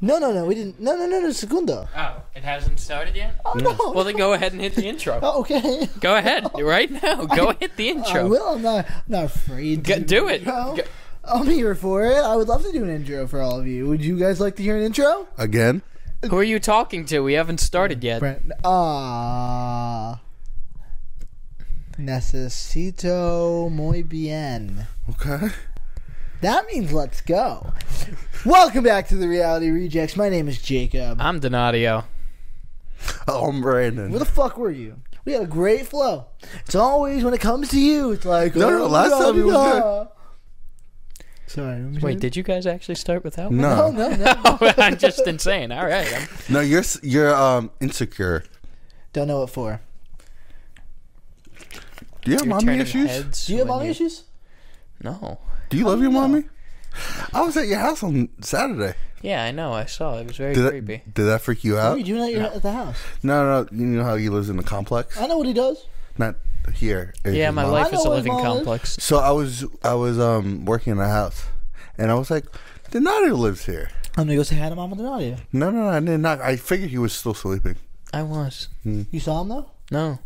No, no, no, we didn't. No, no, no, no, Segunda. Oh, it hasn't started yet? Oh, no. Well, then go ahead and hit the intro. Oh, okay. Go ahead, right now. Go hit the I intro. will. I'm not, I'm not afraid to Go- do an it. intro. Go- I'm here for it. I would love to do an intro for all of you. Would you guys like to hear an intro? Again? Who are you talking to? We haven't started yet. Brent. Ah. Necesito muy bien. Okay. That means let's go. Welcome back to the Reality Rejects. My name is Jacob. I'm Donadio. Oh, I'm Brandon. Where the fuck were you? We had a great flow. It's always when it comes to you, it's like oh, No, no, last time you were good. Sorry. what was Wait, it? did you guys actually start without me? Oh no, no, no. I'm just insane. All right. I'm- no, you're s- you're um insecure. Don't know what for. Do you have you're mommy turning issues? heads Do you have when mommy issues? Oh, No. Do you love your mommy? I was at your house on Saturday. Yeah, I know. I saw. It was very Did creepy. that, did that freak you What out? are you doing at, your, at the house? No, no, no. You know how he lives in the complex, I know what he does. not here. It's Yeah, his my mom. I life know is a what living mine is. complex. So I was I was um working in a house, and I was like, Donato lives here. I'm gonna go say hi to Mama Donadio. No, no, no, I did not. I figured he was still sleeping. I was. You saw him though? No.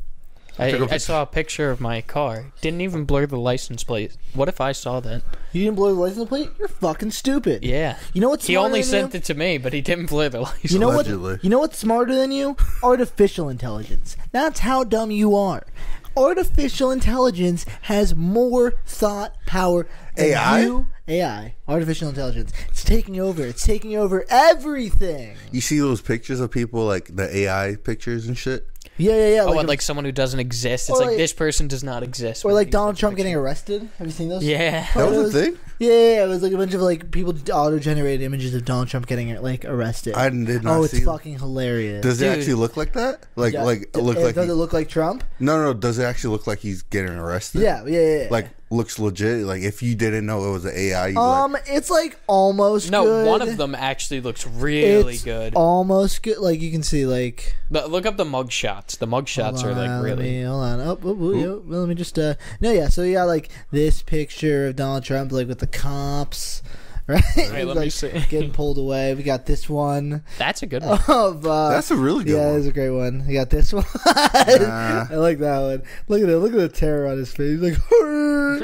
I, Took a I picture. saw a picture of my car. Didn't even blur the license plate. What if I saw that? You didn't blow the license plate? You're fucking stupid. Yeah. You know what's He smarter only than sent you? it to me, but he didn't blur the license. You know Allegedly. what? You know what's smarter than you? Artificial intelligence. That's how dumb you are. Artificial intelligence has more thought power than AI? you. AI. Artificial intelligence. It's taking over. It's taking over everything. You see those pictures of people like the AI pictures and shit. Yeah, yeah, yeah. Oh, like like, a- like someone who doesn't exist. It's Or like, like- this person does not exist. or when like you- Donald Trump getting arrested. Have you seen those? Yeah. That was Photos? a thing. Yeah, yeah, yeah, it was like a bunch of like people auto-generated images of Donald Trump getting like arrested. I did not oh, it's see that. fucking hilarious. Does Dude. it actually look like that? Like, Yeah. like, D- look uh, like? does he- it look like Trump? no, no. Does it actually look like he's getting arrested? Yeah, yeah, yeah. yeah. Like, looks legit. Like, if you didn't know it was an AI, you um, like, it's like almost No, good. one of them actually looks really It's good. Almost good. Like you can see, like But look up the mug shots. The mug shots are hold like on, let really. me- hold on. Oh, oh, oh, oh, well, let me just. uh No, yeah. So you got like this picture of Donald Trump, like with the cops, right? right, let like, me see. Getting pulled away. We got this one That's a good one. of. Uh, that's a really good yeah, one. that's a great one. You got this one. I like that one. Look at it. Look at the terror on his face. He's like,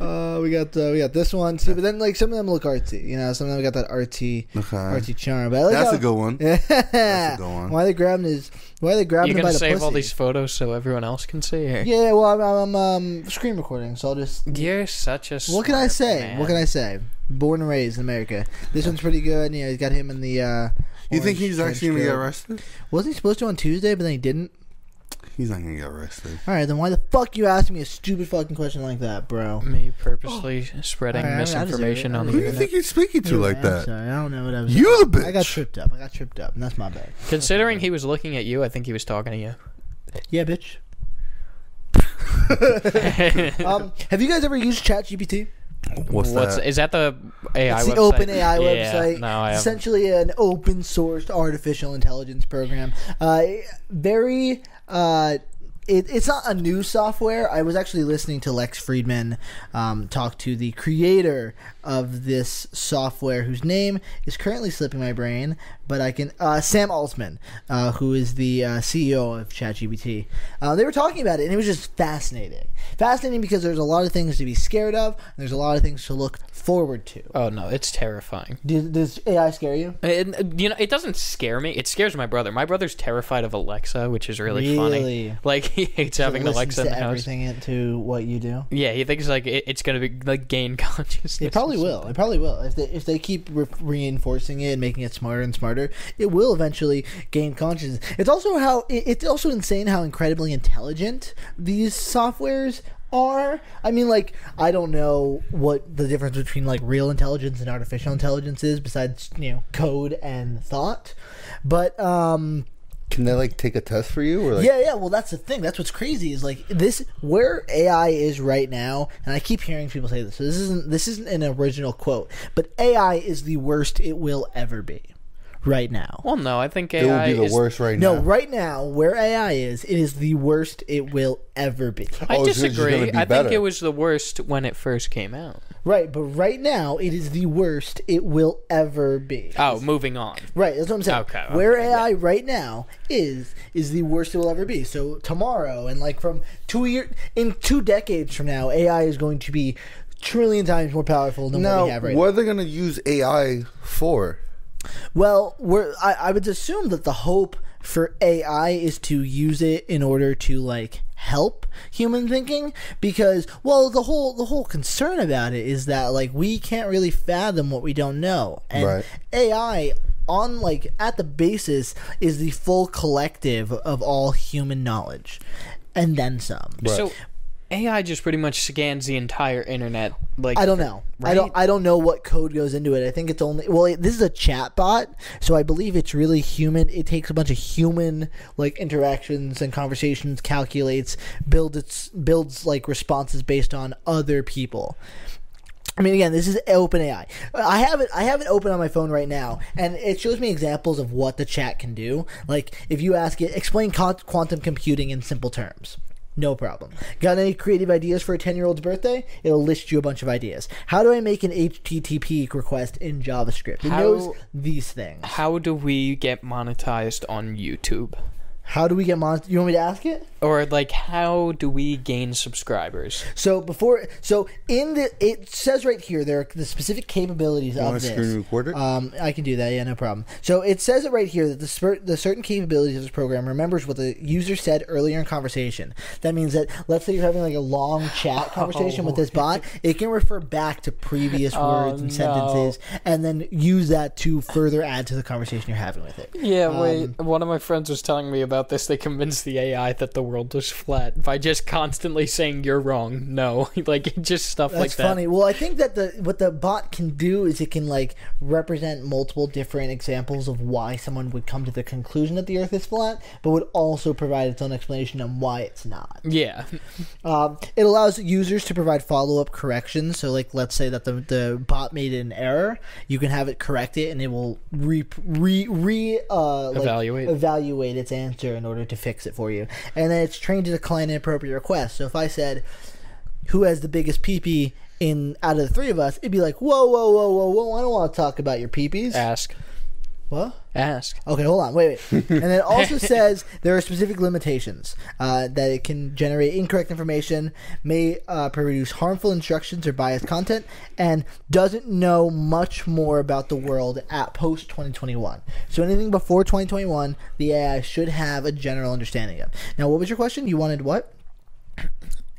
uh, we got uh, we got this one too. But then like some of them look artsy. You know, some of them got that artsy Okay. artsy charm. But I like That's how- a good one. Yeah. a good one. Why they grabbing his? Why they grabbing You're him by gonna the save pussy? all these photos so everyone else can see her. Yeah, well, I'm, I'm um, screen recording, so I'll just. You're such a. What can I smart say? man. What can I say? Born and raised in America. This one's pretty good. You know, he's got him in the. Uh, You think orange he's trench actually gonna get coat. arrested? Wasn't he supposed to on Tuesday, but then he didn't? He's not gonna get arrested. All right, then why the fuck you asking me a stupid fucking question like that, bro? Me purposely spreading Oh. All right, I- I deserve it. misinformation I on Who the do you Yeah. internet. think you're speaking to like I'm that? Sorry, I don't know what I was. You the bitch. I got tripped up. I got tripped up, and that's my bad. Considering he was looking at you, I think he was talking to Yeah, bitch. you. Um, have you guys ever used ChatGPT? What's, What's that? is that the AI it's website? the open AI Yeah, website. No, I it's haven't. essentially an open source artificial intelligence program. Uh, very. Uh, it, it's not a new software. I was actually listening to Lex Friedman um, talk to the creator of this software, whose name is currently slipping my brain, but I can. Uh, Sam Altman, uh, who is the uh, CEO of ChatGPT. Uh, they were talking about it, and it was just fascinating. Fascinating because there's a lot of things to be scared of, and there's a lot of things to look forward to. Oh no, it's terrifying. Does, does AI scare you? And, uh, you know, it doesn't scare me. It scares my brother. My brother's terrified of Alexa, which is really, Really? funny. Like he hates having It an listens Alexa in to the house. everything into what you do. Yeah, he thinks like it, it's gonna be like gain consciousness. It probably or will. It probably will. If they if they keep re- reinforcing it and making it smarter and smarter, it will eventually gain consciousness. It's also how it, it's also insane how incredibly intelligent these softwares are. I mean, like I don't know what the difference between like real intelligence and artificial intelligence is, besides you know code and thought, but um. Can they like take a test for you or like? yeah, yeah. Well, that's the thing. That's what's crazy is like this where AI is right now, and I keep hearing people say this. So this isn't this isn't an original quote, but AI is the worst it will ever be. right now. Well, no, I think It AI would be the is- worst right No, now. right now, where AI is, it is the worst it will ever be. I Oh, it's just gonna disagree. be I better. think it was the worst when it first came out. Right, but right now, it is the worst it will ever be. Oh, moving on. Right, that's what I'm saying. Okay, okay, Where yeah. AI right now is is the worst it will ever be. So tomorrow and like from two year in two decades from now, AI is going to be trillion times more powerful than what Now, we have right what are they going to use AI for? Well, we're, I, I would assume that the hope for AI is to use it in order to like help human thinking because well the whole the whole concern about it is that like we can't really fathom what we don't know and Right. AI on like at the basis is the full collective of all human knowledge and then some So AI just pretty much scans the entire internet. Like I don't know. I don't. I don't know what code goes into it. I think it's only. Well, it, this is a chat bot, so I believe it's really human. It takes a bunch of human like interactions and conversations, calculates, builds its builds like responses based on other people. I mean, again, this is OpenAI. I have it. I have it open on my phone right now, and it shows me examples of what the chat can do. Like, if you ask it, explain con- quantum computing in simple terms. No problem. Got any creative ideas for a ten-year-old's birthday? It'll list you a bunch of ideas. How do I make an HTTP request in JavaScript? It How- knows these things. How do we get monetized on YouTube? How do we get mon? You want me to ask it? Or like how do we gain subscribers? So before, so in the it says right here there are the specific capabilities of wanna this. screen record it? Um, I can do that. Yeah, no problem. So it says it right here that the spur- the certain capabilities of this program remembers what the user said earlier in conversation. That means that let's say you're having like a long Oh chat conversation with this bot, it can refer back to previous words and Oh, no. sentences, and then use that to further add to the conversation you're having with it. Yeah, wait. One of my friends was telling me about this. They convinced the AI that the world was flat by just constantly saying you're wrong. No, like just stuff That's like that. funny. Well, I think that the what the bot can do is it can like represent multiple different examples of why someone would come to the conclusion that the Earth is flat, but would also provide its own explanation on why it's not. Yeah. Um, it allows users to provide follow up corrections. So, like, let's say that the the bot made an error, you can have it correct it, and it will re re re uh, like, Evaluate. evaluate its answer in order to fix it for you. And then it's trained to decline inappropriate requests. So if I said, "Who has the biggest peepee?" In out of the three of us, it'd be like, whoa, whoa, whoa, whoa, whoa! I don't want to talk about your peepees. Ask. what? Ask. Okay, hold on, wait, wait. and it also says there are specific limitations uh, that it can generate incorrect information, may uh, produce harmful instructions or biased content, and doesn't know much more about the world at post 2021. So anything before 2021, the AI should have a general understanding of. Now, what was your question? You wanted what?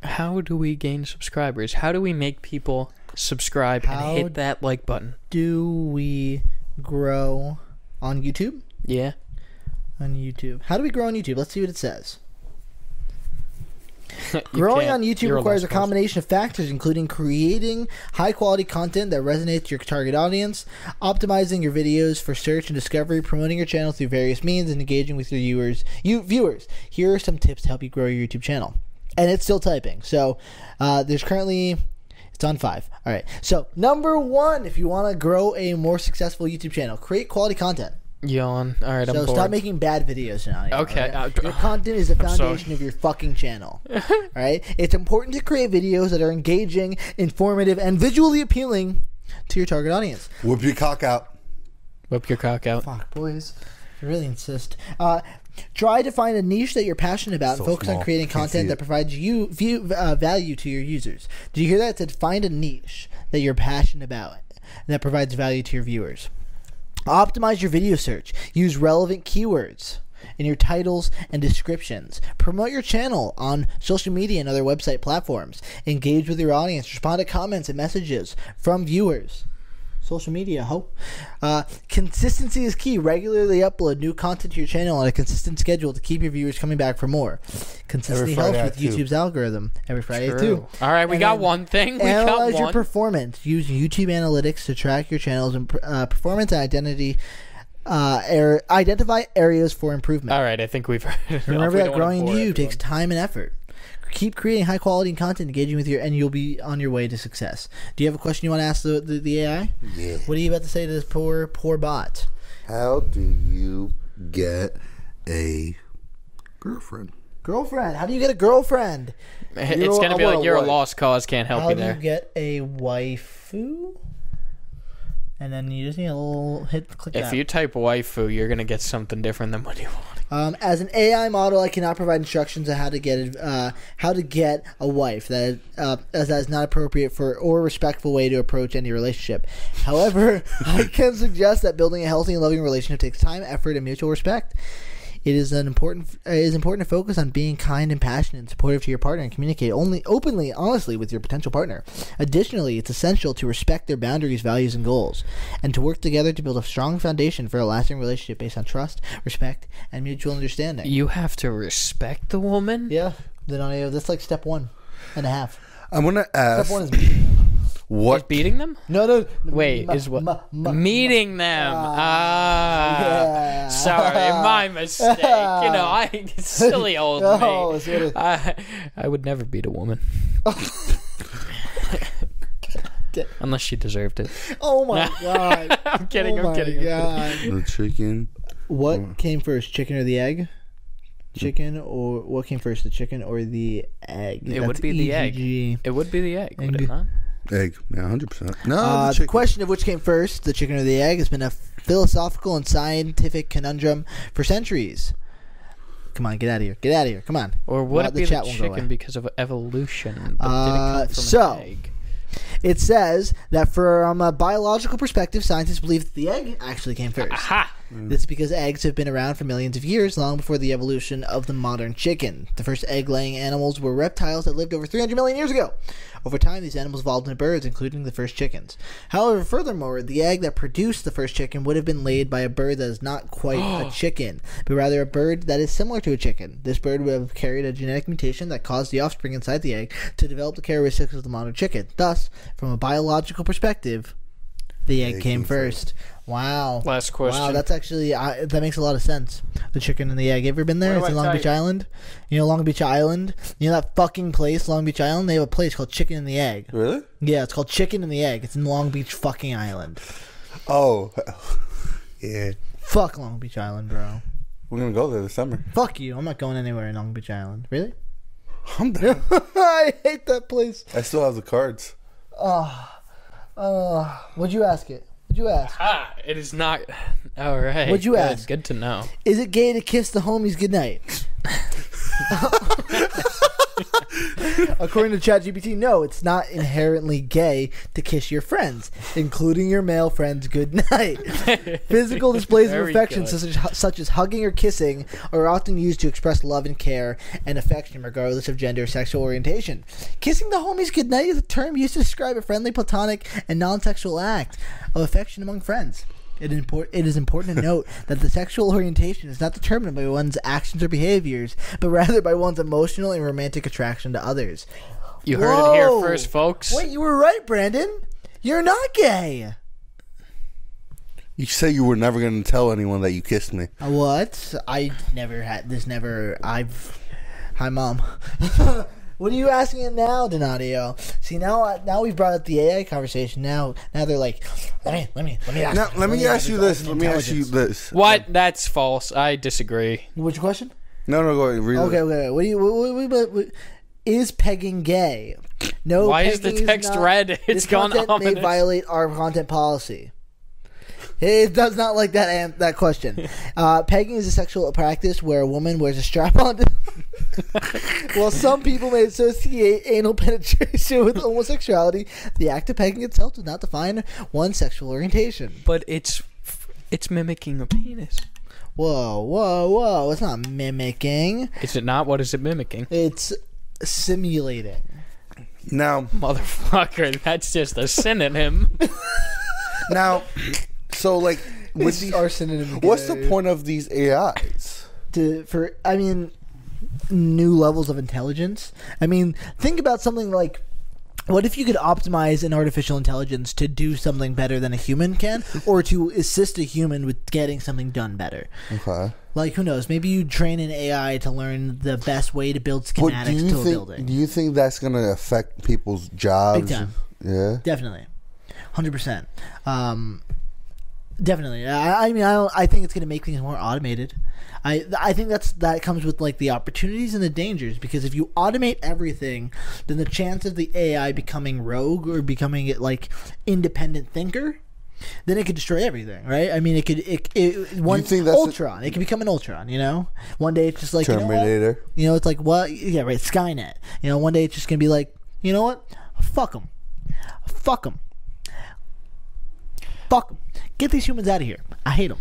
How do we gain subscribers? How do we make people subscribe How and hit that like button? Do we grow on YouTube? Yeah. On YouTube. How do we grow on YouTube? Let's see what it says. You Growing can't. on YouTube You're requires a lost cause. combination of factors, including creating high quality content that resonates with your target audience, optimizing your videos for search and discovery, promoting your channel through various means, and engaging with your viewers. You viewers, here are some tips to help you grow your YouTube channel. And it's still typing. So uh, there's currently it's on five. All right. So number one, if you want to grow a more successful YouTube channel, create quality content. Yawn. All right, So I'm bored. stop making bad videos now. Anymore, Okay, all right? uh, your content is the sorry. foundation of your fucking channel. all right, it's important to create videos that are engaging, informative, and visually appealing to your target audience. Whoop your cock out. Whip your cock out. Fuck, boys, I really insist. Uh, try to find a niche that you're passionate about So and focus on small, creating can't see content it. that provides you view, uh, value to your users. Did you hear that? It said find a niche that you're passionate about that provides value to your viewers. Optimize your video search. Use relevant keywords in your titles and descriptions. Promote your channel on social media and other website platforms. Engage with your audience. Respond to comments and messages from viewers. Social media, ho. Uh, consistency is key. Regularly upload new content to your channel on a consistent schedule to keep your viewers coming back for more. Consistency Every Friday helps with at two. YouTube's algorithm. Every Friday, True. too. All right, we And got then- one thing. We got Analyze one. your performance. Use YouTube analytics to track your channels and uh, performance and identity. Uh, er- identify areas for improvement. All right, I think we've heard. Remember that growing you takes time and effort. Keep creating high quality content, engaging with your, and you'll be on your way to success. Do you have a question you want to ask the the, the AI? Yeah. What are you about to say to this poor poor bot? How do you get a girlfriend? Girlfriend. How do you get a girlfriend? It's gonna I be want like a you're a wife. lost cause, can't help How you do you there. get a waifu? And then you just need a little hit click If that. you type waifu, you're gonna get something different than what you want. Um, as an AI model, I cannot provide instructions on how to get uh, how to get a wife. That is, uh, as that is not appropriate for or respectful way to approach any relationship. However, I can suggest that building a healthy and loving relationship takes time, effort, and mutual respect. It is an important uh, it is important to focus on being kind and passionate and supportive to your partner and communicate only openly, honestly with your potential partner. Additionally, it's essential to respect their boundaries, values, and goals, and to work together to build a strong foundation for a lasting relationship based on trust, respect, and mutual understanding. You have to respect the woman. Yeah, then I that's like step one and a half. I'm gonna Step ask one is what Beating them? no, no. Wait, ma- is what ma- ma- meeting them? Ah, yeah. sorry, my mistake. You know, I silly old Oh, me. it's what it- I, I would never beat a woman unless she deserved it. oh my god! I'm kidding. oh I'm my kidding. I'm kidding. god. the chicken. Mm. What came first, chicken or the egg? Chicken or what came first, the chicken or the egg? E It would be the egg. EGG. It would be the egg, would Egg. it not? Egg, yeah, 100%. No, Uh, the the chicken. question of which came first, the chicken or the egg, has been a philosophical and scientific conundrum for centuries. Come on, get out of here! Get out of here! Come on. Or would Well, it the be the, chat won't go away. chicken because of evolution? But Uh, did it come from so- an egg? It says that from a biological perspective, scientists believe that the egg actually came first. Ha! This is because eggs have been around for millions of years, long before the evolution of the modern chicken. The first egg laying animals were reptiles that lived over 300 million years ago. Over time, these animals evolved into birds, including the first chickens. However, furthermore, the egg that produced the first chicken would have been laid by a bird that is not quite a chicken, but rather a bird that is similar to a chicken. This bird would have carried a genetic mutation that caused the offspring inside the egg to develop the characteristics of the modern chicken. Thus, from a biological perspective, the egg, came first. Wow. Last question. Wow, that's actually I, that makes a lot of sense. The chicken and the egg. You ever been there? What do It's in I Long type? Beach Island. You know Long Beach Island. You know that fucking place, Long Beach Island. They have a place called Chicken and the Egg. Really? Yeah, it's called Chicken and the Egg. It's in Long Beach fucking Island. Oh, yeah. Fuck Long Beach Island, bro. We're going to go there this summer. Fuck you. I'm not going anywhere in Long Beach Island. Really? I'm down. I hate that place. I still have the cards. Uh, would you ask it? Would you ask? Ah, it is not. All right. What'd you good, ask? Good to know. Is it gay to kiss the homies goodnight? According to ChatGPT, no, it's not inherently gay to kiss your friends, including your male friends, goodnight. Physical displays of Very affection, good. such as, such as hugging or kissing, are often used to express love and care and affection, regardless of gender or sexual orientation. Kissing the homies goodnight is a term used to describe a friendly, platonic, and non-sexual act of affection among friends. It, impor- it is important to note that the sexual orientation is not determined by one's actions or behaviors, but rather by one's emotional and romantic attraction to others. You heard it here Whoa. first, folks. Wait, you were right, Brandon. You're not gay. You say you were never going to tell anyone that you kissed me. What? I never had this. Never. I've. Hi, mom. what are you asking it now, Donadio? See now, uh, now we've brought up the AI conversation. Now, now they're like, let me, let me, let me ask. Now, let me ask you this. this Let me ask you Oh, intelligence. this. What? That's false. I disagree. What's your question? No, no, go ahead. Read Okay, okay. okay. What do you? What, what, what, what, what- is pegging gay? No. Why is the pegging text not- red? This It's gone content may ominous. violate our content policy. It does not like that an- that question. Uh, pegging is a sexual practice where a woman wears a strap on. To- While some people may associate anal penetration with homosexuality, the act of pegging itself does not define one sexual orientation. But it's it's mimicking a penis. Whoa, whoa, whoa! It's not mimicking; Is it not? What is it mimicking? it's simulating. Now, Motherfucker, that's just a synonym. now, so like, with It's these, our synonym again. what's the point of these AIs? to for I mean new levels of intelligence. I mean, think about something like what if you could optimize an artificial intelligence to do something better than a human can or to assist a human with getting something done better? Okay. Like who knows, maybe you train an AI to learn the best way to build But do schematics you to a think building. do you think that's gonna affect people's jobs? Big time. Yeah. Definitely. 100%. Um Definitely. I, I mean, I, don't, I think it's going to make things more automated. I I think that's that comes with like the opportunities and the dangers because if you automate everything, then the chance of the AI becoming rogue or becoming like independent thinker, then it could destroy everything, right? I mean, it could it, it one think that's a- Ultron. it could become an Ultron. You know, one day it's just like you know what? Terminator. You know, it's like what? Yeah, right. Skynet. You know, one day it's just gonna be like, you know what? Fuck them. Fuck them. Fuck them. Get these humans out of here. I hate them.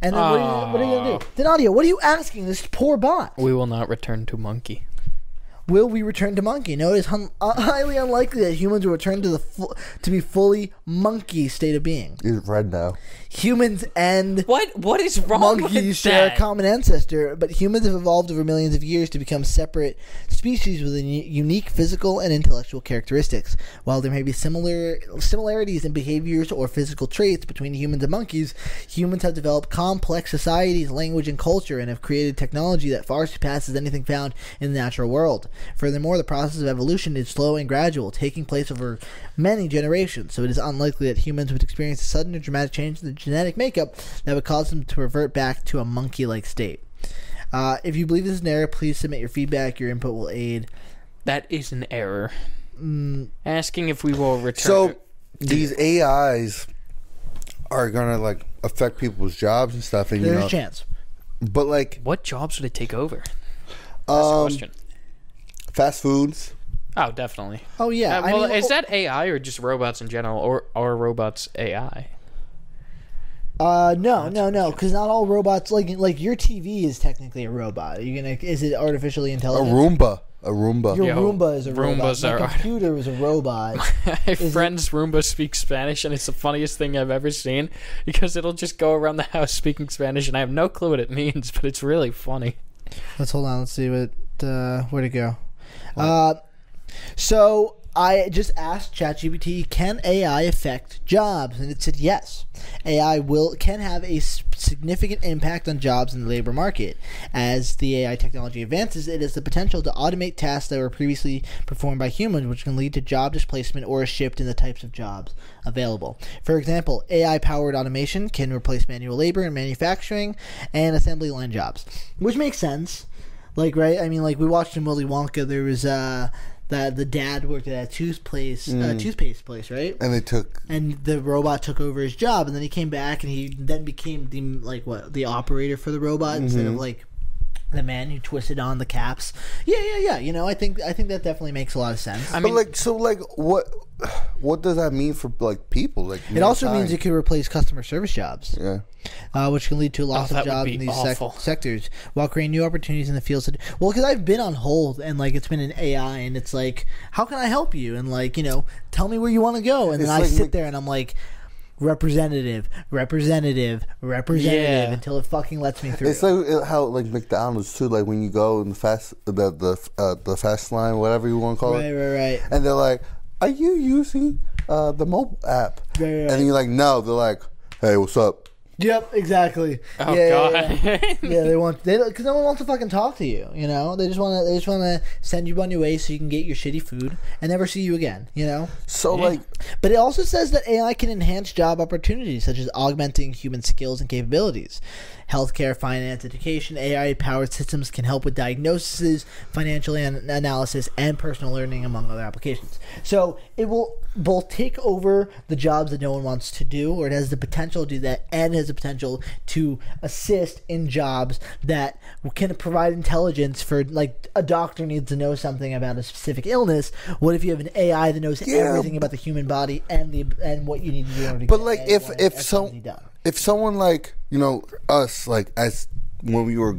And then what, are you, what are you gonna do? Then audio. What are you asking this poor bot? We will not return to monkey. Will we return to monkey? No, it is hun- uh, highly unlikely that humans will return to the fu- to be fully monkey state of being. He's red now. Humans and What what is wrong monkeys with share that? a common ancestor, but humans have evolved over millions of years to become separate species with u- unique physical and intellectual characteristics. While there may be similar similarities in behaviors or physical traits between humans and monkeys, humans have developed complex societies, language, and culture, and have created technology that far surpasses anything found in the natural world. Furthermore, the process of evolution is slow and gradual, taking place over many generations, so it is unlikely that humans would experience a sudden or dramatic change in the genetic makeup that would cause them to revert back to a monkey like state. Uh, if you believe this is an error, please submit your feedback. Your input will aid. That is an error. Mm. Asking if we will return. So these AIs are gonna like affect people's jobs and stuff, and you There's know, a chance. but like what jobs would it take over? That's the um, question. fast foods, Oh, definitely. Oh yeah. Uh, I well, mean, is that AI or just robots in general, or are robots AI? Uh, no, no, no. Because not all robots like like your TV is technically a robot. Are you gonna is it artificially a intelligent? Roomba, a Roomba. Your Yo, Roomba is a robot. Roombas My are- computer is a robot. My friend's Roomba speaks Spanish, and it's the funniest thing I've ever seen because it'll just go around the house speaking Spanish, and I have no clue what it means, but it's really funny. Let's hold on. Let's see what uh, where to go. Uh, so I just asked ChatGPT, can AI affect jobs? And it said yes. AI will can have a s- significant impact on jobs in the labor market. As the AI technology advances, it has the potential to automate tasks that were previously performed by humans, which can lead to job displacement or a shift in the types of jobs available. For example, AI powered automation can replace manual labor in manufacturing and assembly line jobs, which makes sense. Like, right? I mean, like we watched in Willy Wonka, there was uh, that the dad worked at a toothpaste, Mm. uh, toothpaste place, right? and they took And the robot took over his job, and then he came back, and he then became the like what the operator for the robot instead Mm-hmm. of like the man who twisted on the caps. Yeah, yeah, yeah. You know, I think I think that definitely makes a lot of sense. I But mean, like, so like, what, what does that mean for like people? Like, it also means it could replace customer service jobs. yeah. uh, which can lead to a loss Oh, that of would jobs be in these sec- awful. sectors while creating new opportunities in the fields. That- well, because I've been on hold and like it's been an AI and it's like, how can I help you? And like, you know, tell me where you want to go. And It's then I like sit Mc- there and I'm like, representative, representative, representative Yeah. until it fucking lets me through. It's like it- how like McDonald's too. Like when you go in the fast the the uh, the fast line, whatever you want to call right, it, right, right. and they're like, "Are you using uh, the mobile app?" Right, right, right. And you're like, "No." They're like, "Hey, what's up?" Yep, exactly. oh yeah, god, Yeah, yeah. Yeah, they want they because no one wants to fucking talk to you. You know, they just want to they just want to send you on your way so you can get your shitty food and never see you again. You know. So like, But it also says that AI can enhance job opportunities, such as augmenting human skills and capabilities. Healthcare, finance, education, AI powered systems can help with diagnoses, financial an- analysis, and personal learning, among other applications. So it will both take over the jobs that no one wants to do, or it has the potential to do that, and has the potential to assist in jobs that can provide intelligence for, like, a doctor needs to know something about a specific illness. What if you have an AI that knows Yeah, everything about the human body and the and what you need to do in order to But get like, A1 if and if X, Y, Z some done. if someone like you know us like as when we were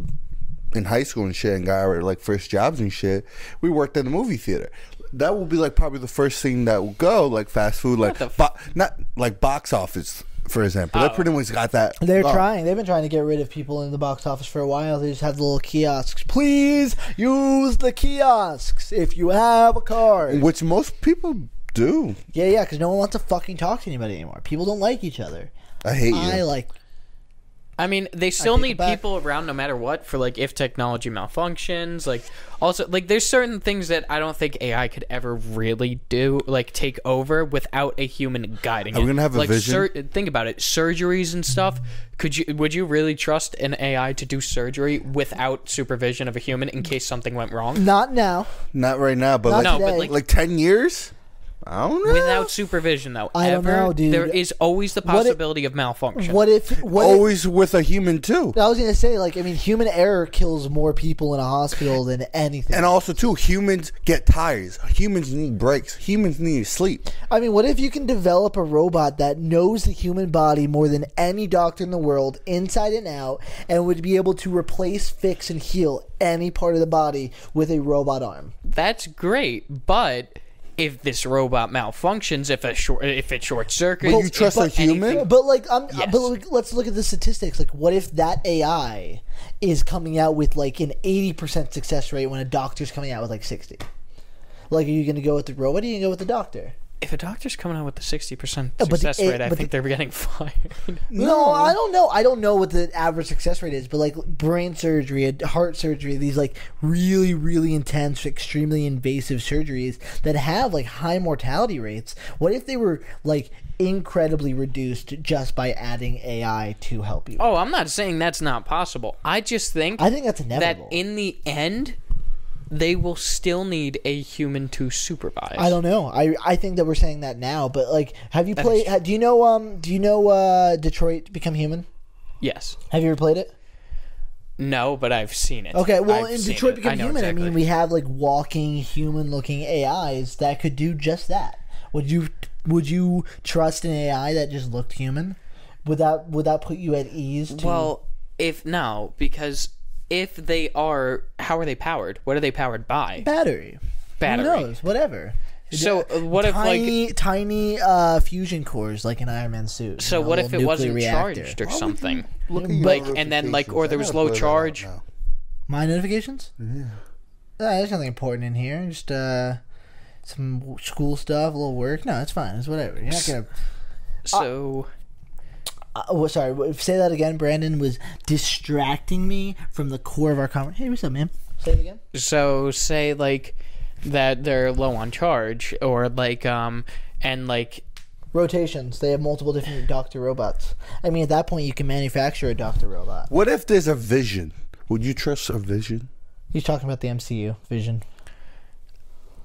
in high school and shit and got our like first jobs and shit, we worked in the movie theater. That will be like probably the first thing that will go like fast food, like bo- not like box office for example. They pretty much got that. they're Oh, trying they've been trying to get rid of people in the box office for a while they just have the little kiosks please use the kiosks if you have a card which most people do. yeah yeah because no one wants to fucking talk to anybody anymore people don't like each other I hate you. i like I mean, they still take it need back. people around no matter what for like if technology malfunctions, like also like there's certain things that I don't think AI could ever really do, like take over without a human guiding Are we it. gonna have a like, vision? think about it, surgeries and stuff. Could you would you really trust an AI to do surgery without supervision of a human in case something went wrong? Not now. Not right now, but, Not like, No, but, today. like, 10 years? I don't know. Without supervision, though, I don't ever, know, dude. there is always the What if- possibility of malfunction. What if? What if- Always with a human, too. I was gonna say, like, I mean, human error kills more people in a hospital than anything. And also, too, humans get tired. Humans need breaks. Humans need sleep. I mean, what if you can develop a robot that knows the human body more than any doctor in the world, inside and out, and would be able to replace, fix, and heal any part of the body with a robot arm? that's great, but if this robot malfunctions, if a short, if it short circuits, But you trust a human? But like, I'm, Yes. but like, let's look at the statistics. Like, what if that AI is coming out with like an eighty percent success rate when a doctor's coming out with like sixty? Like, are you gonna go with the robot? Or are you gonna go with the doctor? if a doctor's coming out with a sixty percent but the success A- rate, I but think they're getting fired. No, I don't know. I don't know what the average success rate is, but like brain surgery, and heart surgery, these like really, really intense, extremely invasive surgeries that have like high mortality rates. What if they were like incredibly reduced just by adding AI to help you? oh, I'm not saying that's not possible. I just think I think that's that inevitable. in the end, they will still need a human to supervise. I don't know. I I think that we're saying that now, but like, have you played? ha- Do you know? Um, do you know? Uh, Detroit Become Human. Yes. Have you ever played it? No, but I've seen it. Okay, well, I've in seen Detroit it. Become know Human, I mean, exactly. we have like walking human-looking AIs that could do just that. Would you would you trust an AI that just looked human? Would that would that put you at ease? To, Well, if no, because if they are, how are they powered? What are they powered by? battery, Battery. Who knows? Whatever. So uh, what if like tiny tiny uh, fusion cores like an Iron Man suit? So and a what if little it wasn't nuclear reactor. charged or something? Look at your Like, and then, like, or there was notifications. I gotta low blur that out charge. now. My notifications? Yeah. there's nothing important in here. Just uh, some w- school stuff, a little work. No, it's fine. It's whatever. You're not gonna. So Uh, oh, sorry. w- Say that again. Brandon was distracting me from the core of our conversation. Hey, what's up, man? Say it again. so say like that they're low on charge or like um and like Rotations. They have multiple different doctor robots. I mean, at that point, you can manufacture a doctor robot. What if there's a vision? Would you trust a vision? He's talking about the MCU Vision.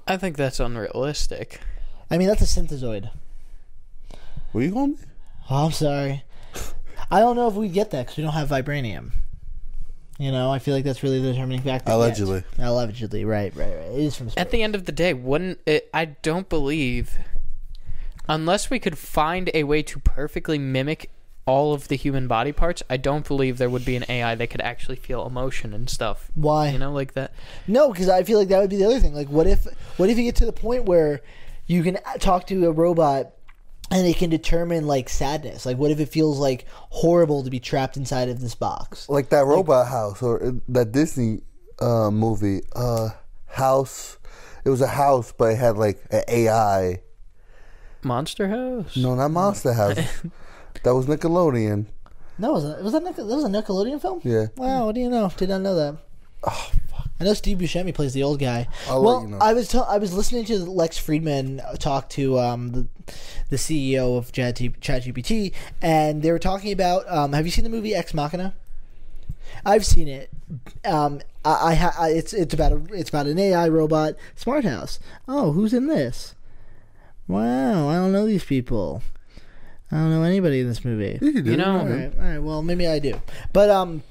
I think that's unrealistic. I mean, that's a synthesoid. What are you calling me? Oh, I'm sorry. I don't know if we'd get that because we don't have vibranium. You know, I feel like that's really the determining factor. yet. Allegedly. Allegedly, right, right, right. It is from space. At the end of the day, wouldn't it, I don't believe unless we could find a way to perfectly mimic all of the human body parts, I don't believe there would be an AI that could actually feel emotion and stuff. Why? You know, like that. No, because I feel like that would be the other thing. Like, what if, what if you get to the point where you can talk to a robot and it can determine like sadness? Like, what if it feels like horrible to be trapped inside of this box? Like that robot house or uh, that Disney uh, movie, uh, House. It was a house, but it had like an AI. Monster House. No, not Monster House. that was Nickelodeon. No, was that was that, Nic- that was a Nickelodeon film? Yeah. Oh, Wow, what do you know? Did not know that. I know Steve Buscemi plays the old guy. I'll let well, you know. I was tell I was listening to Lex Friedman talk to um, the, the CEO of Chat- ChatGPT, and they were talking about. Um, have you seen the movie Ex Machina? I've seen it. Um, I, I, ha- I it's it's about a it's about an AI robot smart house. Oh, who's in this? Wow, I don't know these people. I don't know anybody in this movie. You know, All right, all right. Well, maybe I do. But um,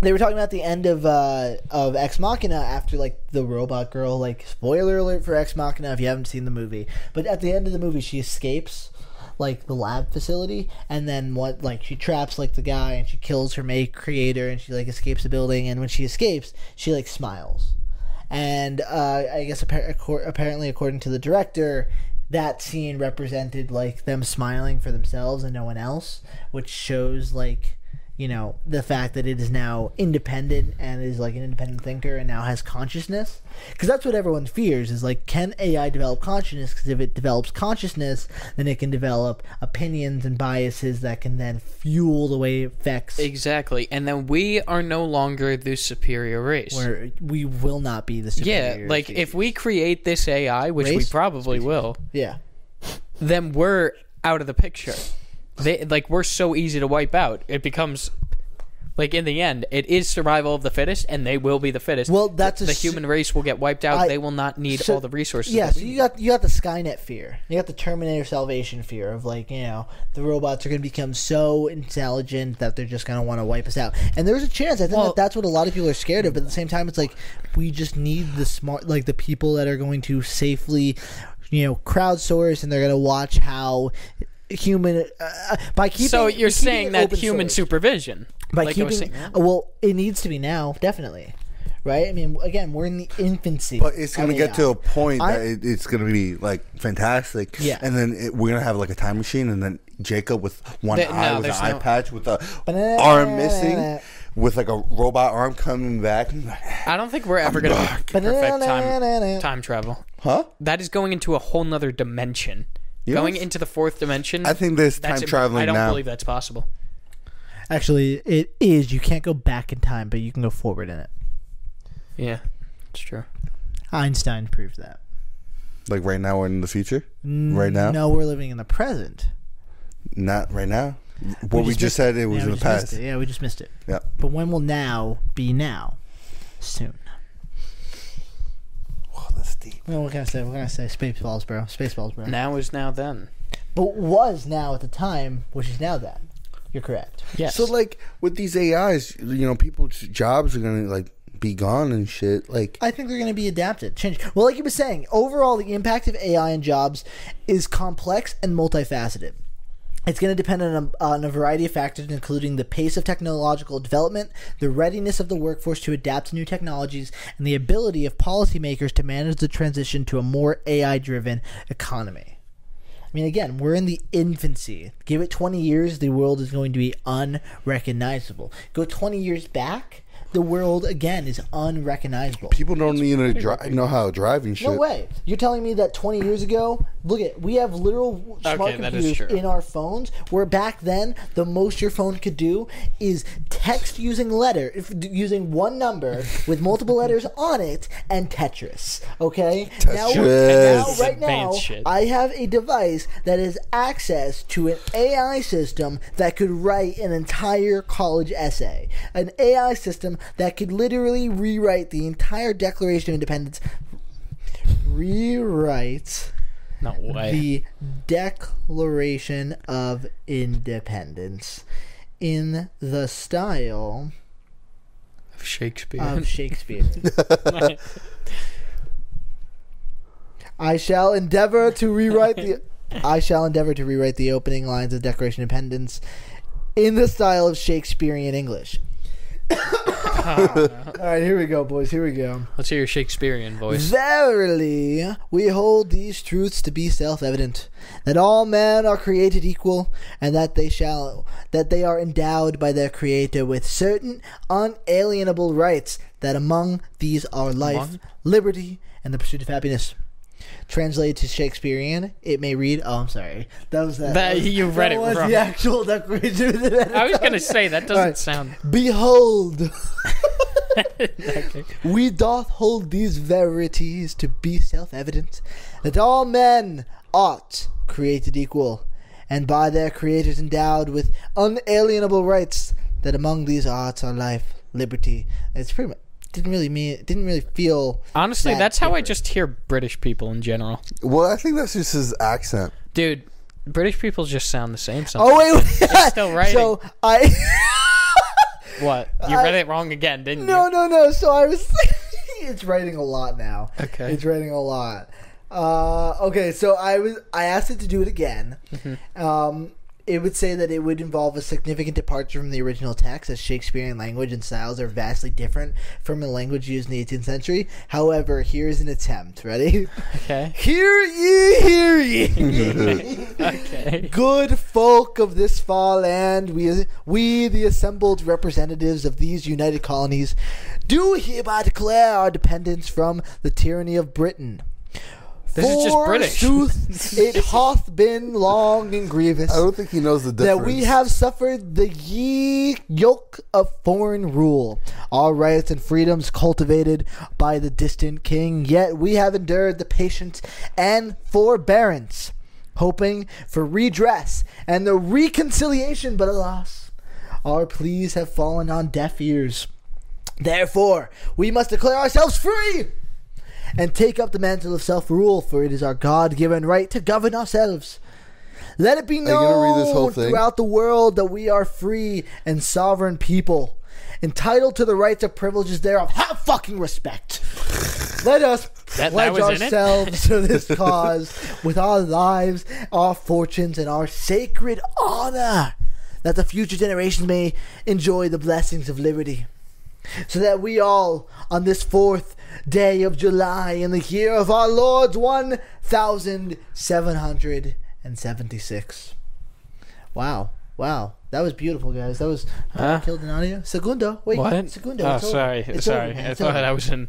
they were talking about the end of uh of Ex Machina after like the robot girl. Like spoiler alert for Ex Machina if you haven't seen the movie. But at the end of the movie, she escapes like the lab facility and then what like she traps like the guy and she kills her mate creator and she like escapes the building and when she escapes she like smiles and uh, I guess appar- accor- apparently, according to the director, that scene represented like them smiling for themselves and no one else, which shows like you know the fact that it is now independent and is like an independent thinker and now has consciousness because that's what everyone fears is like can ai develop consciousness because if it develops consciousness then it can develop opinions and biases that can then fuel the way it affects Exactly. And then we are no longer the superior race. where we will not be the yeah, superior like if we create this AI, which we Race? probably will, yeah then we're out of the picture. They like we're so easy to wipe out. It becomes like in the end, it is survival of the fittest, and they will be the fittest. Well, that's the a s- human race will get wiped out. I- they will not need So- all the resources. Yeah, that so we you got you got the Skynet fear. You got the Terminator Salvation fear of like you know the robots are going to become so intelligent that they're just going to want to wipe us out. And there's a chance. I think Well- that that's what a lot of people are scared of. But at the same time, it's like we just need the smart, like the people that are going to safely, you know, crowdsource and they're going to watch how human uh, by keeping. so you're keeping it saying that open human source. supervision, By like I keeping, was saying, uh, well, it needs to be now, definitely, right? I mean, again, we're in the infancy. But it's going to of get to AI. a point Oh, I- that it, it's going to be like fantastic. Yeah. And then it, we're going to have like a time machine, and then Jacob with one Th- eye no, with an there's eye no- patch with a Banana. arm missing, with like a robot arm coming back. I don't think we're ever going to perfect time time travel. Huh? That is going into a whole nother dimension. You going don't- into the fourth dimension. I think there's time that's im- traveling I don't now. believe that's possible. Actually, it is. You can't go back in time, but you can go forward in it. Yeah, it's true. Einstein proved that. Like right now, we're in the future. Right now, Mm, No, we're living in the present. not right now. What we just, missed said it was yeah, we in the just missed past. it. Yeah, we just missed it. Yeah. But when will now be now? Soon. Wow, Oh, that's deep. Well, what can I say? What can I say? Spaceballs, bro. Spaceballs, bro. Now is now then. But was now at the time, which is now that. You're correct. Yes. So like with these AIs, you know, people's jobs are gonna like be gone and shit. Like I think they're going to be adapted, changed. Well, like you were saying, overall, the impact of AI and jobs is complex and multifaceted. It's going to depend on a, on a variety of factors, including the pace of technological development, the readiness of the workforce to adapt to new technologies, and the ability of policymakers to manage the transition to a more AI driven economy. I mean, again, we're in the infancy. Give it 20 years, the world is going to be unrecognizable. Go 20 years back, the world, again, is unrecognizable. people don't even dri- know how driving shit. No way. You're telling me that 20 years ago, look at we have literal smart Okay, that is computers true. in our phones. Where back then, the most your phone could do is text using letter, if, using one number with multiple letters on it, and Tetris. Okay. Now, Tetris. now, right now, Advanced shit. I have a device that has access to an AI system that could write an entire college essay, an AI system that could literally rewrite the entire Declaration of Independence rewrites no way. the Declaration of Independence in the style Shakespeare. of Shakespeare. I shall endeavor to rewrite the I shall endeavor to rewrite the opening lines of Declaration of Independence in the style of Shakespearean English. All right, here we go, boys. Here we go. Let's hear your Shakespearean voice. Verily, we hold these truths to be self-evident, that all men are created equal, and that they shall that they are endowed by their Creator with certain unalienable rights. That among these are life, Among? liberty, and the pursuit of happiness. Translated to Shakespearean, it may read. Oh, I'm sorry. That was that. That- was- you read that it was wrong. The actual Declaration of Independence. I was gonna say that doesn't Alright. sound. Behold. We doth hold these verities to be self evident, that all men ought created equal, and by their creators endowed with unalienable rights, that among these arts are life, liberty. It's pretty much didn't really mean it didn't really feel Honestly, that that's how I different. just hear British people in general. Well, I think that's just his accent. Dude, British people just sound the same. Sometimes. Oh wait, wait. still writing. So I What? You I- read it wrong again, didn't No you? no no, so I was it's writing a lot now. Okay. It's writing a lot. Uh, okay, so I was I asked it to do it again. Um, It would say that it would involve a significant departure from the original text, as Shakespearean language and styles are vastly different from the language used in the 18th century. However, here is an attempt. Ready? Okay. Hear ye, hear ye. Okay. Good folk of this far land, we, we, the assembled representatives of these united colonies, do hereby declare our dependence from the tyranny of Britain. This is just British. Forsooth, it hath been long and grievous I don't think he knows the difference. that we have suffered the ye yoke of foreign rule, our rights and freedoms cultivated by the distant king, yet we have endured the patience and forbearance, hoping for redress and the reconciliation, but alas, our pleas have fallen on deaf ears. Therefore, we must declare ourselves free and take up the mantle of self rule, for it is our God given right to govern ourselves. Let it be you gonna known read this whole thing? throughout the world that we are free and sovereign people, entitled to the rights and privileges thereof. Have fucking respect. Let us That- that pledge was in it? ourselves to this cause with our lives, our fortunes, and our sacred honor, that the future generations may enjoy the blessings of liberty so that we all, on this fourth day of July in the year of our Lord's 1776. Wow. Wow. That was beautiful, guys. That was uh, Huh? killed in audio. Segundo, wait, What? Segundo. oh, it's over. sorry. It's over, sorry. man. I It's thought over. I was in.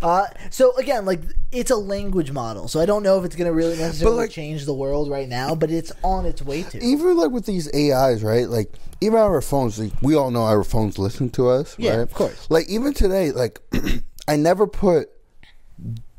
Uh, so again, like it's a language model, so I don't know if it's gonna really necessarily like- change the world right now, but it's on its way to. even like with these AIs, right? Like even our phones, like, we all know our phones listen to us, Yeah, right? of course. Like even today, like I never put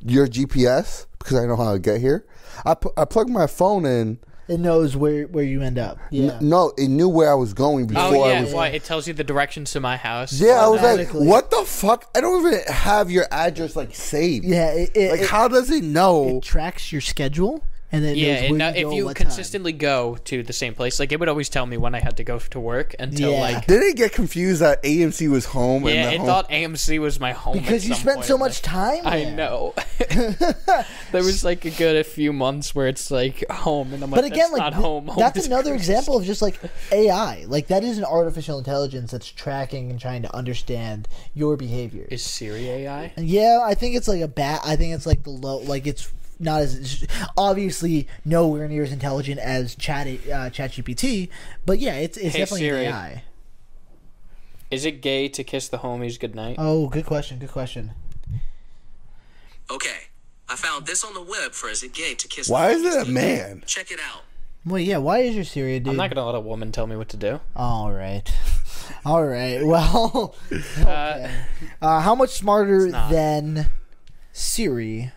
your GPS because I know how to get here. I pu- I plugged my phone in. It knows where where you end up. N- Yeah. no, it knew where I was going before Oh I yeah, was. why it tells you the directions to my house. Yeah, I was like, Automatically. what the fuck? I don't even have your address like saved. yeah. It, it, Like it- how does it know? it tracks your schedule and then it Yeah, knows and where now you go if you what time. consistently go to the same place, like it would always tell me when I had to go to work until Yeah. like Did it get confused that AMC was home? and yeah, the it home- thought AMC was my home at because you some spent point so in my- much time. I there. know. there was like a good few months where it's like home, and I'm like, But again, that's like not th- home. Home that's is another Christmas." example of just like AI. Like that is an artificial intelligence that's tracking and trying to understand your behavior. Is Siri AI? And yeah, I think it's like a bat. I think it's like the low. Like it's not as it's obviously nowhere near as intelligent as Chat uh, ChatGPT. But yeah, it's it's Hey, definitely Siri. an AI. Is it gay to kiss the homies goodnight? Oh, good question. Good question. Okay. I found this on the web for as a gay to kiss. Why is it a man? Check it out. Wait, yeah. Why is your Siri a dude? I'm not gonna let a woman tell me what to do. All right. All right. Well, Uh, uh, how much smarter not. than Siri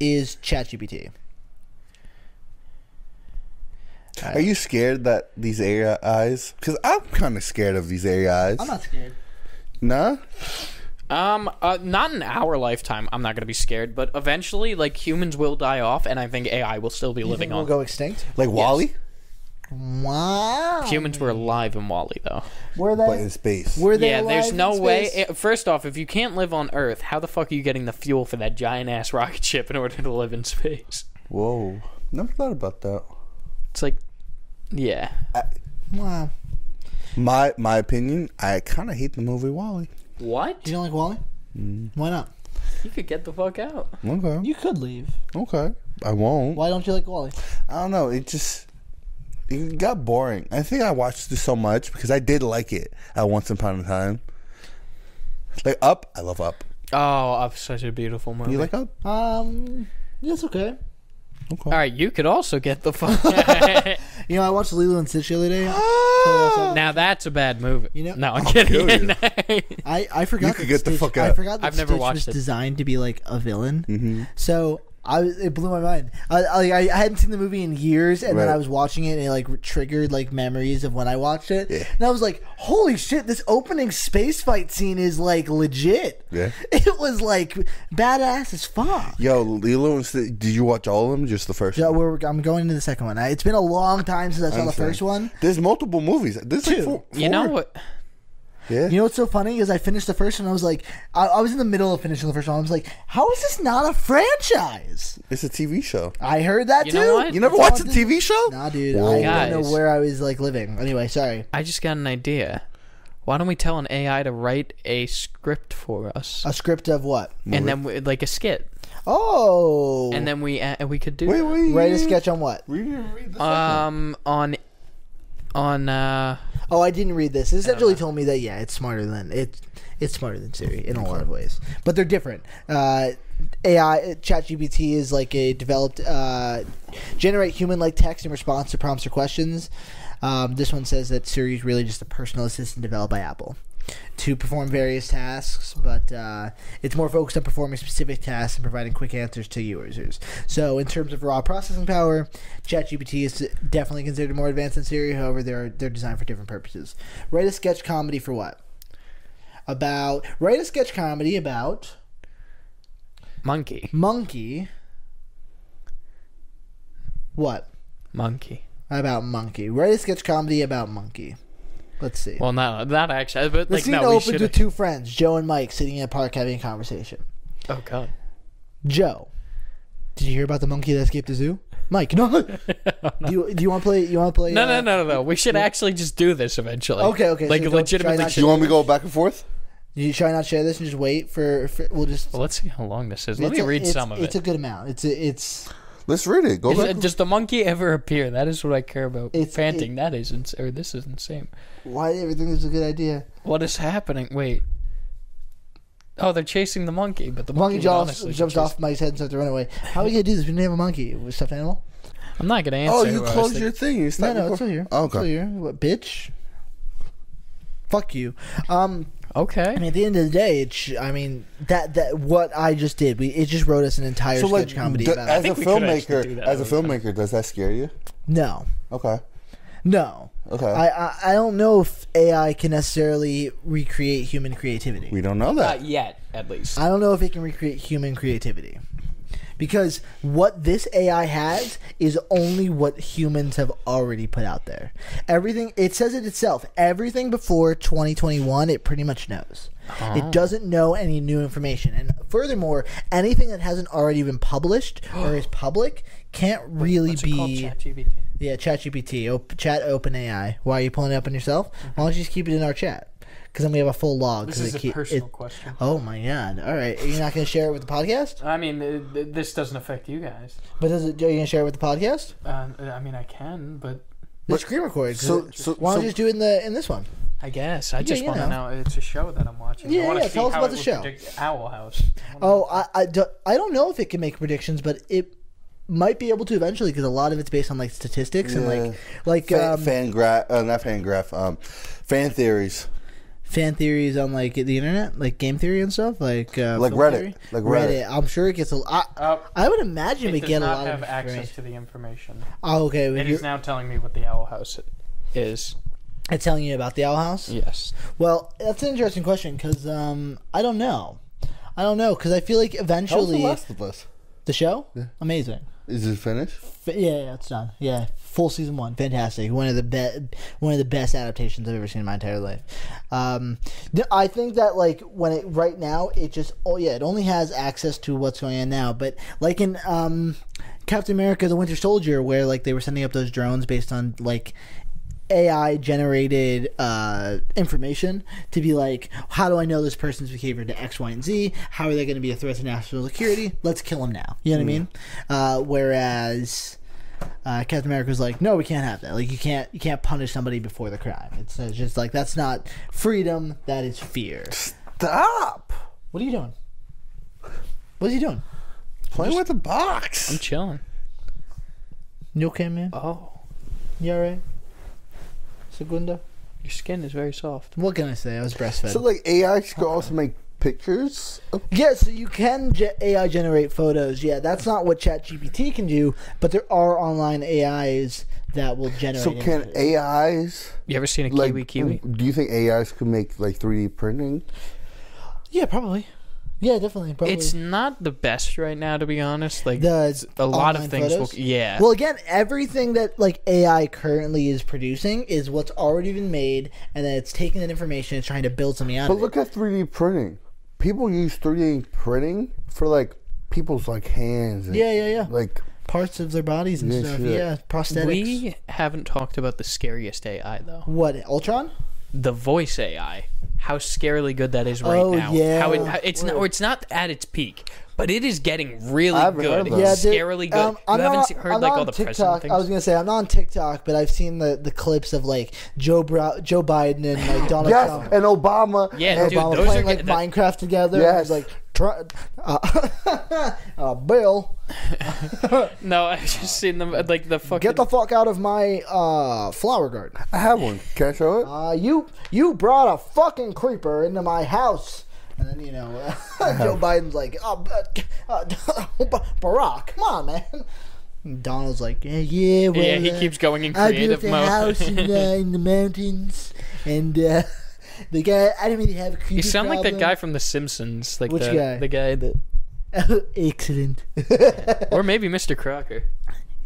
is ChatGPT? Are you scared that these AIs? Because I'm kind of scared of these AIs. I'm not scared. Nah. um, uh, not in our lifetime. I'm not gonna be scared, but eventually, like humans will die off, and I think AI will still be You think living we'll on. go extinct? Like Wally, Wow. humans were alive in Wally though. Oh, Were but in they? space. Were they? Yeah, there's alive no in way. space? It, first off, if you can't live on Earth, how the fuck are you getting the fuel for that giant ass rocket ship in order to live in space? Whoa. Never thought about that. It's like, yeah. wow. My my opinion. I kind of hate the movie Wally. What? You don't like Wally? Why not? You could get the fuck out. Okay. You could leave. Okay. I won't. Why don't you like Wally? I don't know. It just it got boring. I think I watched this so much because I did like it at once upon a time. Like Up, I love Up. Oh, of such a beautiful movie. You like Up? Um, it's okay. Okay. All right, you could also get the fuck. out. You know, I watched Lilo and Stitch the other day. Ah! now that's a bad movie. You know- no, I'm kidding. kill I, I forgot. You could that get the Stitch- fuck I out. Mm-hmm. forgot that I've never Stitch watched was it. designed to be like a villain. So I was- it blew my mind. I, I I hadn't seen the movie in years, and then Right. I was watching it, and it like triggered like memories of when I watched it, Yeah. and I was like, "Holy shit! This opening space fight scene is like legit. Yeah. It was like badass as fuck." Yo, Lilo and Stitch. Did you watch all of them? Just the first? Yeah, one? we're, I'm going into the second one. I, it's been a long time since I saw the understand. first one. There's multiple movies. There's like Two. four, you know four. what? Yeah. You know what's so funny is I finished the first one. I was like, I, I was in the middle of finishing the first one. I was like, how is this not a franchise? It's a TV show. I heard that You too. know what? You never It's watched a on Disney- TV show? Nah, dude. Whoa. I don't Guys. know where I was like living. Anyway, sorry. I just got an idea. Why don't we tell an AI to write a script for us, Uh, A script of what? and then we, like a skit, Oh. and then we uh, we could do Wait, that. wait. write a sketch on what? We didn't read the um on on uh Oh, I didn't read this. This actually told me that yeah, it's smarter than it. It's smarter than Siri in a lot of ways, but they're different. Uh, AI ChatGPT is like a developed uh, generate human-like text in response to prompts or questions. Um, this one says that Siri is really just a personal assistant developed by Apple to perform various tasks, but uh, it's more focused on performing specific tasks and providing quick answers to users. So, in terms of raw processing power, ChatGPT is definitely considered more advanced than Siri. However, they're they're designed for different purposes. Write a sketch comedy for what? About write a sketch comedy about monkey monkey. What monkey. about monkey? Write a sketch comedy about monkey. Let's see. Well, no, not actually, but the like scene no, we opens with should. two friends, Joe and Mike, sitting in a park having a conversation. Oh god. Joe, did you hear about the monkey that escaped the zoo? Mike, no. do you do you want to play? You want to play? No, uh, no, no, no, no. We should actually just do this eventually. Okay, okay, Like so don't try legitimately. not Do you want me to go back and forth? You try not to share this and just wait for. for we'll just. Well, let's see how long this is. Let it's me a- read it's- some of It's it. a good amount. It's a, it's Let's read it. Go Is back. it- does the monkey ever appear? That is what I care about. It's- Panting. it- that is ins- or this is insane. why everything is a good idea. What is happening? Wait. Oh, they're chasing the monkey, but the monkey, Monkey would jumps honestly jumps just- off Mike's head and starts to run away. How are we gonna do this? We didn't have a monkey. It was a stuffed animal. I'm not gonna answer. oh, what I you was closed thinking. your thing. You No, stopped no, recording. it's still here. Oh, It's still okay. here. What, bitch? Fuck you. Um, I Okay. mean, at the end of the day, it sh- I mean that that what I just did. We it just wrote us an entire So, sketch like, comedy d- about. as it. a think we could actually do filmmaker, that as a another filmmaker, does that scare you? No, Okay. no. Okay. I, I I don't know if AI can necessarily recreate human creativity. we don't know that. Not yet, at least. I don't know if it can recreate human creativity. Because what this AI has is only what humans have already put out there. Everything, it says it itself, everything before 2021, it pretty much knows. Uh-huh. It doesn't know any new information. And furthermore, anything that hasn't already been published or is public can't really What's it called? be. ChatGPT? Yeah, ChatGPT, op- Chat OpenAI. Why are you pulling it up on yourself? Why don't you just keep it in our chat? Because then we have a full log. This 'cause is it a keep- personal it- question. Oh my god! All right, you're not gonna share it with the podcast, I mean, th- th- this doesn't affect you guys. but is it, are you gonna share it with the podcast? Um, I mean, I can, but The screen record. 'cause So- it- so- why don't so- you just do it in the in this one? I guess I just you want to know. know. It's a show that I'm watching. Yeah, I wanna yeah, see tell us how about it the would show. predict Owl House. Oh, I I don't, I don't know if it can make predictions, but it might be able to eventually because a lot of it's based on like statistics and Yeah. like like Fan, um, fan, fan graph, uh, not fan graph, um, fan theories. theories on like the internet, like game theory and stuff, like uh, Like film Reddit, theory. like Reddit. I'm sure it gets a. I, Uh, I would imagine we it does get a not lot of have information. access to the information. Oh, okay. It It is now telling me what the Owl House is. it's telling you about the owl house. Yes. Well, that's an interesting question because um, I don't know. I don't know because I feel like How was the eventually the, Last of Us? show amazing. Is it finished? F- yeah, yeah, it's done. Yeah, full season one, fantastic. One of the best, one of the best adaptations I've ever seen in my entire life. Um, th- I think that like when it right now, it just oh yeah, it only has access to what's going on now. But like in um, Captain America: The Winter Soldier, where like they were sending up those drones based on like AI generated uh, information to be like, how do I know this person's behavior to X, Y, and Z? How are they going to be a threat to national security? Let's kill them now. You know what I mean? Uh, whereas uh, Captain America was like, no, we can't have that. Like, you can't you can't punish somebody before the crime. It's, uh, just like that's not freedom. That is fear. Stop What are you doing? What is he doing? playing with the box. I'm chilling. You okay, man? Oh, You alright? Segunda? your skin is very soft. What can I say? I was breastfed. So like AI could also make pictures. of- Yeah, so you can ge- AI generate photos. Yeah, that's not what ChatGPT can do, but there are online AIs that will generate. So can images. AIs You ever seen a like mm. kiwi kiwi? Do you think AIs could make like 3D printing? yeah, probably. Yeah, definitely. Probably. It's not the best right now, to be honest. Like the a lot online of things photos? will. Yeah. Well, again, everything that like AI currently is producing is what's already been made, and then it's taking that information and trying to build something out. But of look at 3D printing. People use 3D printing for like people's like hands. And, Yeah, yeah, yeah. Like it. parts of their bodies and Yeah, stuff. shit. Yeah, prosthetics. we haven't talked about the scariest AI though. What Ultron? The voice AI. How scarily good that is right Oh, now. yeah. How, it, how it's not. or It's not at its peak, but it is getting really I haven't heard good. of that. dude, scarily good. um, you I'm haven't not- se- heard I'm like not all on the TikTok. president I was things. gonna say I'm not on TikTok, but I've seen the, the clips of like Joe Bro- Joe Biden and like Donald yes, Trump. and Obama. um, Yeah, and dude, Obama those playing are like good- that- Minecraft together. Yes. Yes. was like, try, uh, uh, Bill, No, I've just seen them uh, like the fucking. get the fuck out of my uh, flower garden. I have one. Can I show it? Uh, you you brought a fucking creeper into my house. And then, you know, Uh-huh. Joe Biden's like, oh, uh, uh, Barack, come on, man. And Donald's like, yeah, yeah, well, yeah, he uh, keeps going in I built creative a mode. house in, uh, in the mountains, and uh, the guy, I didn't really have a creeper You sound like that problem. guy from The Simpsons, like Which the guy? the guy that, Excellent. or maybe Mr. Crocker.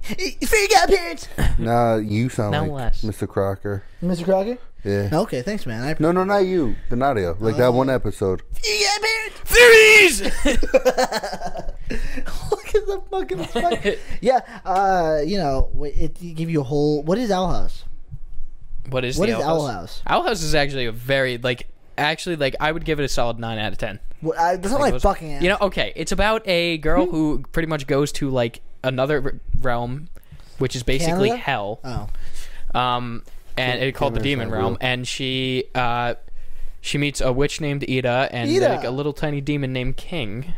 Freak out, parents! Nah, you sound No like less. Mr. Crocker. Mr. Crockett? Yeah. Okay, thanks, man. I appreciate No, no, not you. Donadio. Like that Oh. one episode. it. parents! Theories. Look at the fucking spike. yeah, uh, you know, wh- it, it give you a whole. What is Owl House? what is What the is Owl Owl House? House? Owl House is actually a very like actually like I would give it a solid nine out of ten. What, I, that's not my Goes- fucking. Hmm? You know, okay, it's about a girl who pretty much goes to like another r- realm, which is basically Canada? hell. Oh, um, and it called the Cameron's Demon not Realm, real. and she uh, she meets a witch named Ida and Ida. like a little tiny demon named King,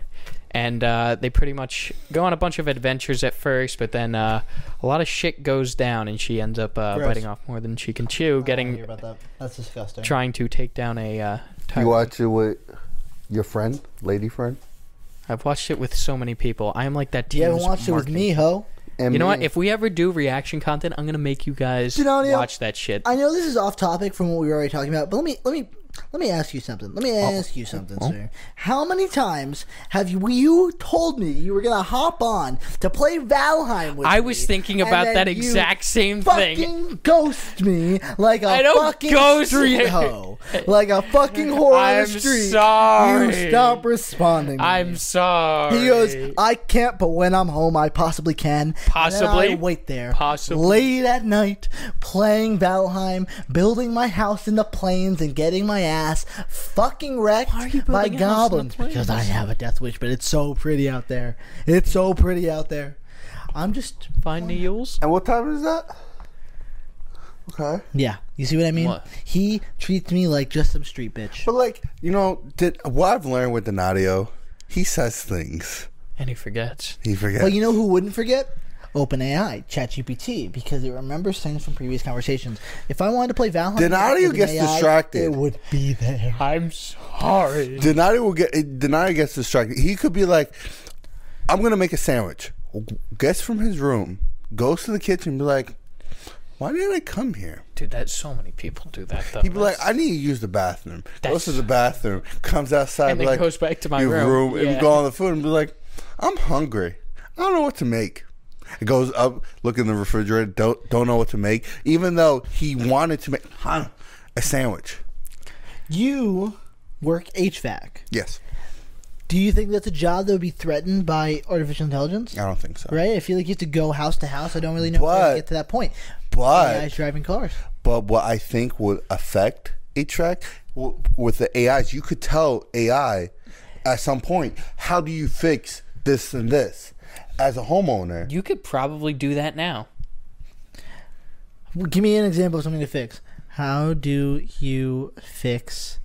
and uh, they pretty much go on a bunch of adventures at first, but then uh, a lot of shit goes down, and she ends up uh, Gross. Oh, biting off more than she can chew, I getting about that. That's disgusting. trying to take down a. Uh, You tyrant. watch it with your friend, lady friend. I've watched it with so many people. I am like that. you haven't team's watched it marketing with me, ho. And You know what? me. If we ever do reaction content, I'm gonna make you guys Janelle, watch that shit. I know this is off topic from what we were already talking about, but let me let me let me ask you something. Let me Oh. ask you something, sir. How many times have you, you told me you were gonna hop on to play Valheim with I me, was thinking and about then that you exact same fucking thing. ghost me like a I don't fucking ghost street you. hoe, like a fucking whore I'm on the street. sorry. You stop responding. to I'm me. sorry. He goes, I can't, but when I'm home, I possibly can. And then Possibly. I wait there. Possibly. Late at night, playing Valheim, building my house in the plains, and getting my ass fucking wrecked by building a house in the goblins. Because I have a death wish, but it's so pretty out there. It's so pretty out there. I'm just. Find Neils. and what time is that? Okay. Yeah. You see what I mean? What? He treats me like just some street bitch. But like, you know, did what I've learned with Donadio, he says things. And he forgets. He forgets. But you know who wouldn't forget? OpenAI, ChatGPT, because it remembers things from previous conversations. If I wanted to play Valheim, Then how do you with an get distracted? It would be there. I'm sorry. Denari will get Denari gets distracted. He could be like, "I'm gonna make a sandwich." Gets from his room, goes to the kitchen, be like, "Why did I come here?" Dude, that so many people do that though. He'd be like, "I need to use the bathroom." Goes That's- to the bathroom, comes outside, And be then like, goes back to my your room. and Yeah. go on the food and be like, "I'm hungry. I don't know what to make." It goes up, look in the refrigerator, don't don't know what to make, even though he wanted to make huh, a sandwich. You work HVAC. Yes, Do you think that's a job that would be threatened by artificial intelligence? I don't think so. Right? I feel like you have to go house to house. I don't really know if I But- can get to that point. But AI's driving cars. But what I think would affect a track w- with the AIs, you could tell AI at some point, how do you fix this and this as a homeowner? you could probably do that now. Well, Give me an example of something to fix. How do you fix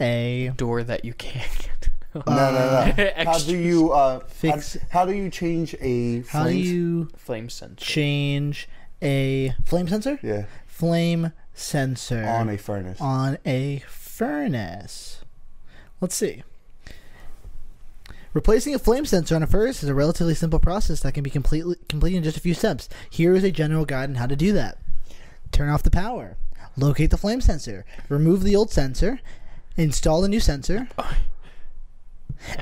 a Door that you can't get. Uh, no, no, no. how Extras. do you uh, Fix- fix? How, do you change a? how do flames- you Flame sensor. change a flame sensor? Yeah, Flame sensor on a furnace. on a furnace. Let's see. Replacing a flame sensor on a furnace is a relatively simple process that can be completely completed in just a few steps. Here is a general guide on how to do that. Turn off the power. Locate the flame sensor. Remove the old sensor. Install the new sensor.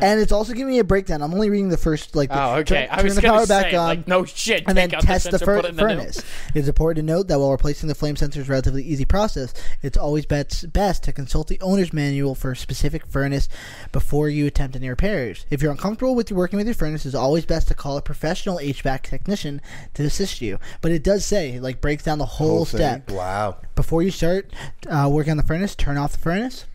and it's also giving me a breakdown. I'm only reading the first like. The, Oh, okay. Turn, I was turn the gonna power say, back on. like, no shit. and then take out test the, sensor, fur- put it in the new. furnace. It is important to note that while replacing the flame sensor is a relatively easy process, it's always best, best to consult the owner's manual for a specific furnace before you attempt any repairs. If you're uncomfortable with working with your furnace, it's always best to call a professional HVAC technician to assist you. But it does say, like, breaks down the whole, Whole thing. step Wow. before you start uh, working on the furnace, turn off the furnace,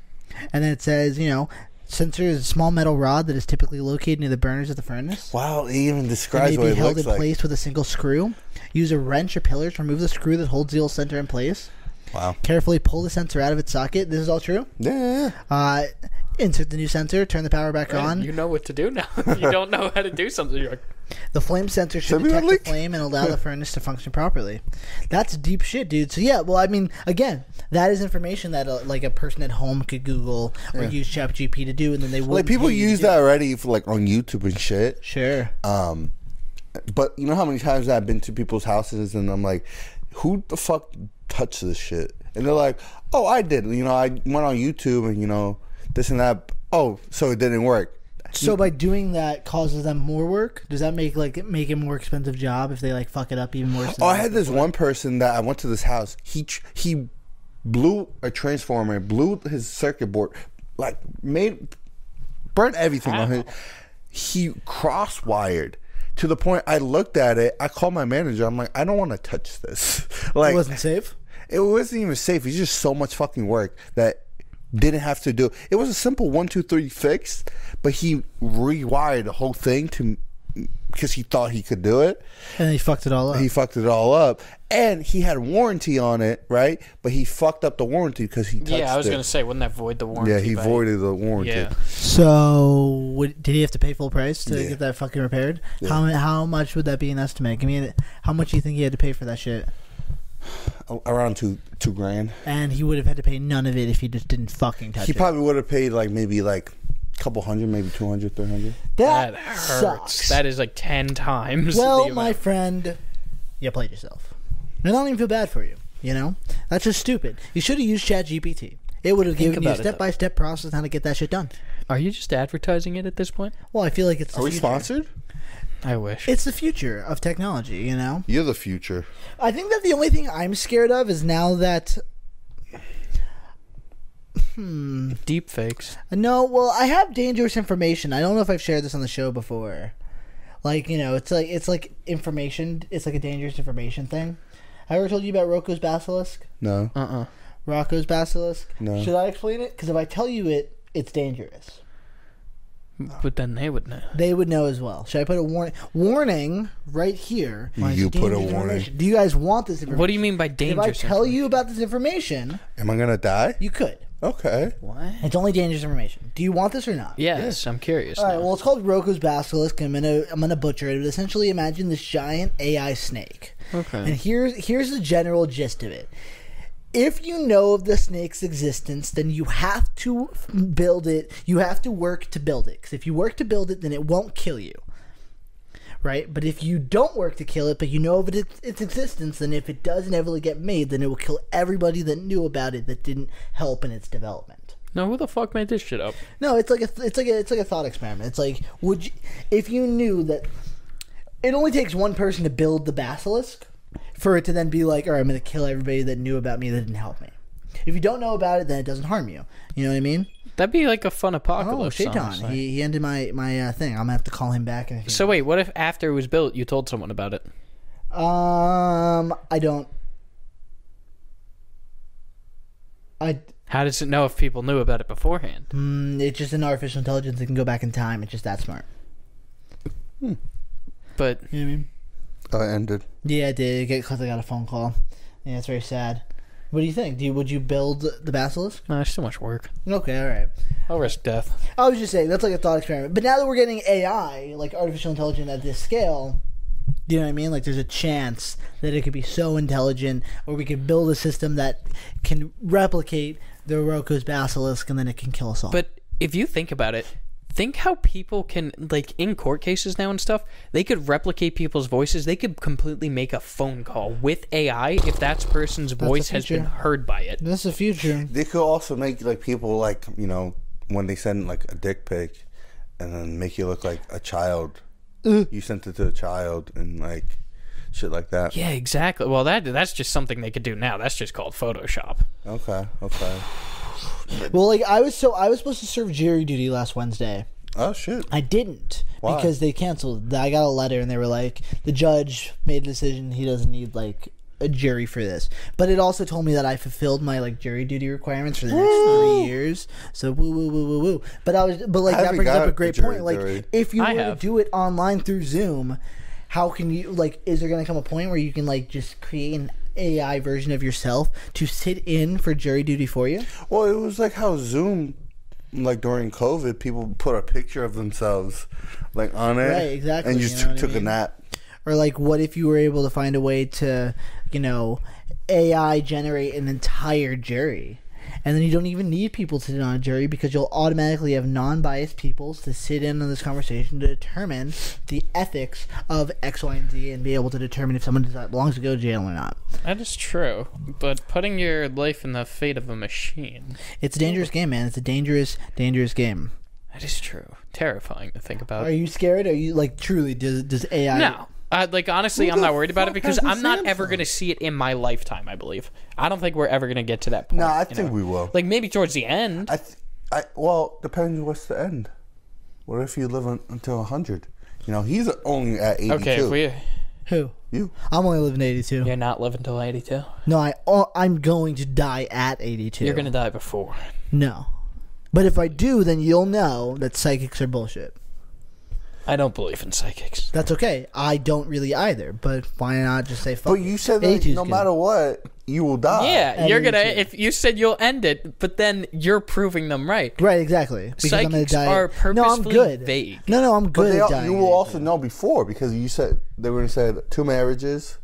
and then it says, you know, sensor is a small metal rod that is typically located near the burners of the furnace. Wow. It even It may describes what be it held in looks like. place with a single screw. Use a wrench or pillar to remove the screw that holds the old sensor in place. Wow. Carefully pull the sensor out of its socket. This is all true. Yeah, yeah. yeah. Uh, insert the new sensor. Turn the power back on. You know what to do now. If you don't know how to do something. You're like, The flame sensor should Send me that detect the link. flame and allow the furnace to function properly. That's deep shit, dude. So yeah, well, I mean, again, that is information that uh, like a person at home could Google or use ChatGPT to do, and then they would Like people use that already for like on YouTube and shit. Sure. Um, but you know how many times I've been to people's houses and I'm like, who the fuck touched this shit? And they're like, oh, I did. You know, I went on YouTube and you know this and that. Oh, so it didn't work. So by doing that causes them more work. Does that make like make it more expensive job if they like fuck it up even more? Oh, I had this one person that I went to this house. He tr- he blew a transformer, blew his circuit board, like made burnt everything on him. He cross wired to the point I looked at it. I called my manager. I'm like, I don't want to touch this. Like it wasn't safe. it wasn't even safe. It's just so much fucking work that didn't have to do. It was a simple one, two, three fix, but he rewired the whole thing to because he thought he could do it And he fucked it all up. he fucked it all up, and he had warranty on it, right? But he fucked up the warranty because he touched yeah, I was it. gonna say, wouldn't that void the warranty? yeah, he by- voided the warranty. Yeah. so would, did he have to pay full price to Yeah. get that fucking repaired? How mu- how much would that be an estimate? I mean, how much do you think he had to pay for that shit? A- around two two grand. and he would have had to pay none of it if he just didn't fucking touch He it. probably would have paid like maybe like a couple hundred, maybe 200, 300. that, That hurts. sucks. That is like ten times. well, the my amount. friend, you played yourself. And I don't even feel bad for you. You know, that's just stupid. You should have used ChatGPT. It would have given you a about it, though. step by step process on how to get that shit done. Are you just advertising it at this point? Well, I feel like it's the Are we future. sponsored? I wish. It's the future of technology. You know, You're the future. I think that the only thing I'm scared of is now that Deep fakes. No, well, I have dangerous information. I don't know if I've shared this on the show before. Like, you know, it's like it's like information. It's like a dangerous information thing. I ever told you about Rocco's basilisk? No. Uh uh Rocco's basilisk. No. Should I explain it? Because if I tell you it, it's dangerous. Uh. But then they would know. They would know as well. Should I put a warning? Warning right here. It's You put a dangerous warning. information. Do you guys want this information? What do you mean by If I dangerous? tell you about this information, Am I going to die? you could. Okay. What? It's only dangerous information. Do you want this or not? Yes, I'm curious. All right. now. Well, it's called Roku's Basilisk. I'm gonna I'm gonna butcher it, but essentially, imagine this giant AI snake. Okay. And here's here's the general gist of it. If you know of the snake's existence, then you have to f- build it. You have to work to build it. Because if you work to build it, then it won't kill you. Right? But if you don't work to kill it, but you know of it, its, its existence, then if it does inevitably get made, then it will kill everybody that knew about it that didn't help in its development. now who the fuck made this shit up? No, it's like a it's like a it's like a thought experiment. It's like would you, if you knew that it only takes one person to build the basilisk for it to then be like, all right, I'm gonna kill everybody that knew about me that didn't help me. If you don't know about it, then it doesn't harm you. You know what I mean? That'd be like a fun Oh, apocalypse. Shaitan. honestly. He, he ended my my uh, thing. I'm gonna have to call him back. And So wait, what if after it was built, you told someone about it? um, I don't. I How does it know if people knew about it beforehand? mm, it's just an artificial intelligence that can go back in time. It's just that smart. But You know what I mean? I Uh, ended. Yeah, I did get because I got a phone call. Yeah, it's very sad. What do you think? Do you, would you build the basilisk? no, it's too much work. Okay, all right. I'll risk death. I was just saying that's like a thought experiment. But now that we're getting AI, like artificial intelligence at this scale, do you know what I mean? Like there's a chance that it could be so intelligent, or we could build a system that can replicate the Roku's basilisk, and then it can kill us all. But if you think about it, think how people can like in court cases now and stuff, they could replicate people's voices. They could completely make a phone call with AI if that person's voice has been future. heard by it. that's the future. They could also make like people like, you know, when they send like a dick pic, and then make you look like a child. You sent it to a child and like shit like that. Yeah, exactly. Well, that that's just something they could do now. That's just called Photoshop. Okay, okay. Well, like I was so I was supposed to serve jury duty last Wednesday. Oh shit. I didn't Why? because they canceled. I got a letter and they were like, the judge made a decision. He doesn't need like a jury for this. But it also told me that I fulfilled my like jury duty requirements for the next three years. So woo woo woo woo woo. But I was but like I that haven't brings up got a great a jury point. Like jury. if you I were have. to do it online through Zoom, how can you like? Is there gonna come a point where you can like just create an AI version of yourself to sit in for jury duty for you? Well, it was like how Zoom, like during COVID, people put a picture of themselves, like on it, Right, exactly, and you just know what I took mean? a nap. or like what if you were able to find a way to you know ai generate an entire jury and then you don't even need people to sit on a jury because you'll automatically have non-biased peoples to sit in on this conversation to determine the ethics of x y and z and be able to determine if someone desi- belongs to go to jail or not That is true, but putting your life in the fate of a machine. it's a dangerous game man it's a dangerous dangerous game That is true. Terrifying to think about. are you scared are you like truly does, does ai no. Uh, like honestly, I'm the not worried about it fuck because has a I'm not ever Samsung? gonna see it in my lifetime. I believe. I don't think we're ever gonna get to that point. No, I you think we will. Like maybe towards the end. I, th- I well, depends what's the end. What if you live un- until hundred? You know, he's only at eighty-two. okay, if we who you i'm only living to 82 you're not living till 82, no i oh, i'm going to die at 82 you're gonna die before. No. But if I do, then you'll know that psychics are bullshit. I don't believe in psychics. That's okay. I don't really either, but why not just say fuck But you said that 82 is no good. matter what, you will die. Yeah, I you're mean, gonna. too. If you said you'll end it, but then you're proving them right. Right, exactly. Because I'm gonna Psychics die. are no, I'm purposefully good. vague. No, no, I'm But good they at all, dying. you will also know before because you said they were going to say two marriages.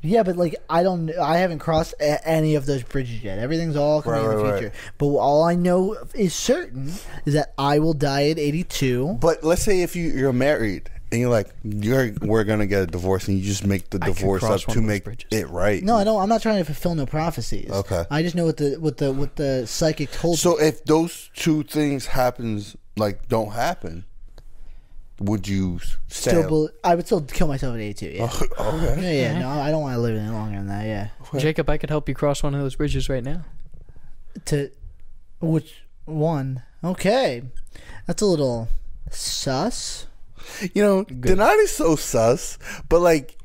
yeah, but like I don't, I haven't crossed a- any of those bridges yet. Everything's all coming in Right, the right, right. future. But all I know is certain is that I will die at 82. But let's say if you, you're married and you're like, you're we're going to get a divorce and you just make the could divorce up cross one to of those make bridges. it right. No, I don't. I'm not trying to fulfill no prophecies. Okay. I just know what the what the what the psychic told me. So if those two things happens like don't happen, would you Still, still? bel I would still kill myself at 82. Yeah. okay. Yeah, yeah, no, I don't want to live any longer than that. Yeah, Jacob, I could help you cross one of those bridges right now. to which one? Okay, that's a little sus. You know, Donati's so sus, but like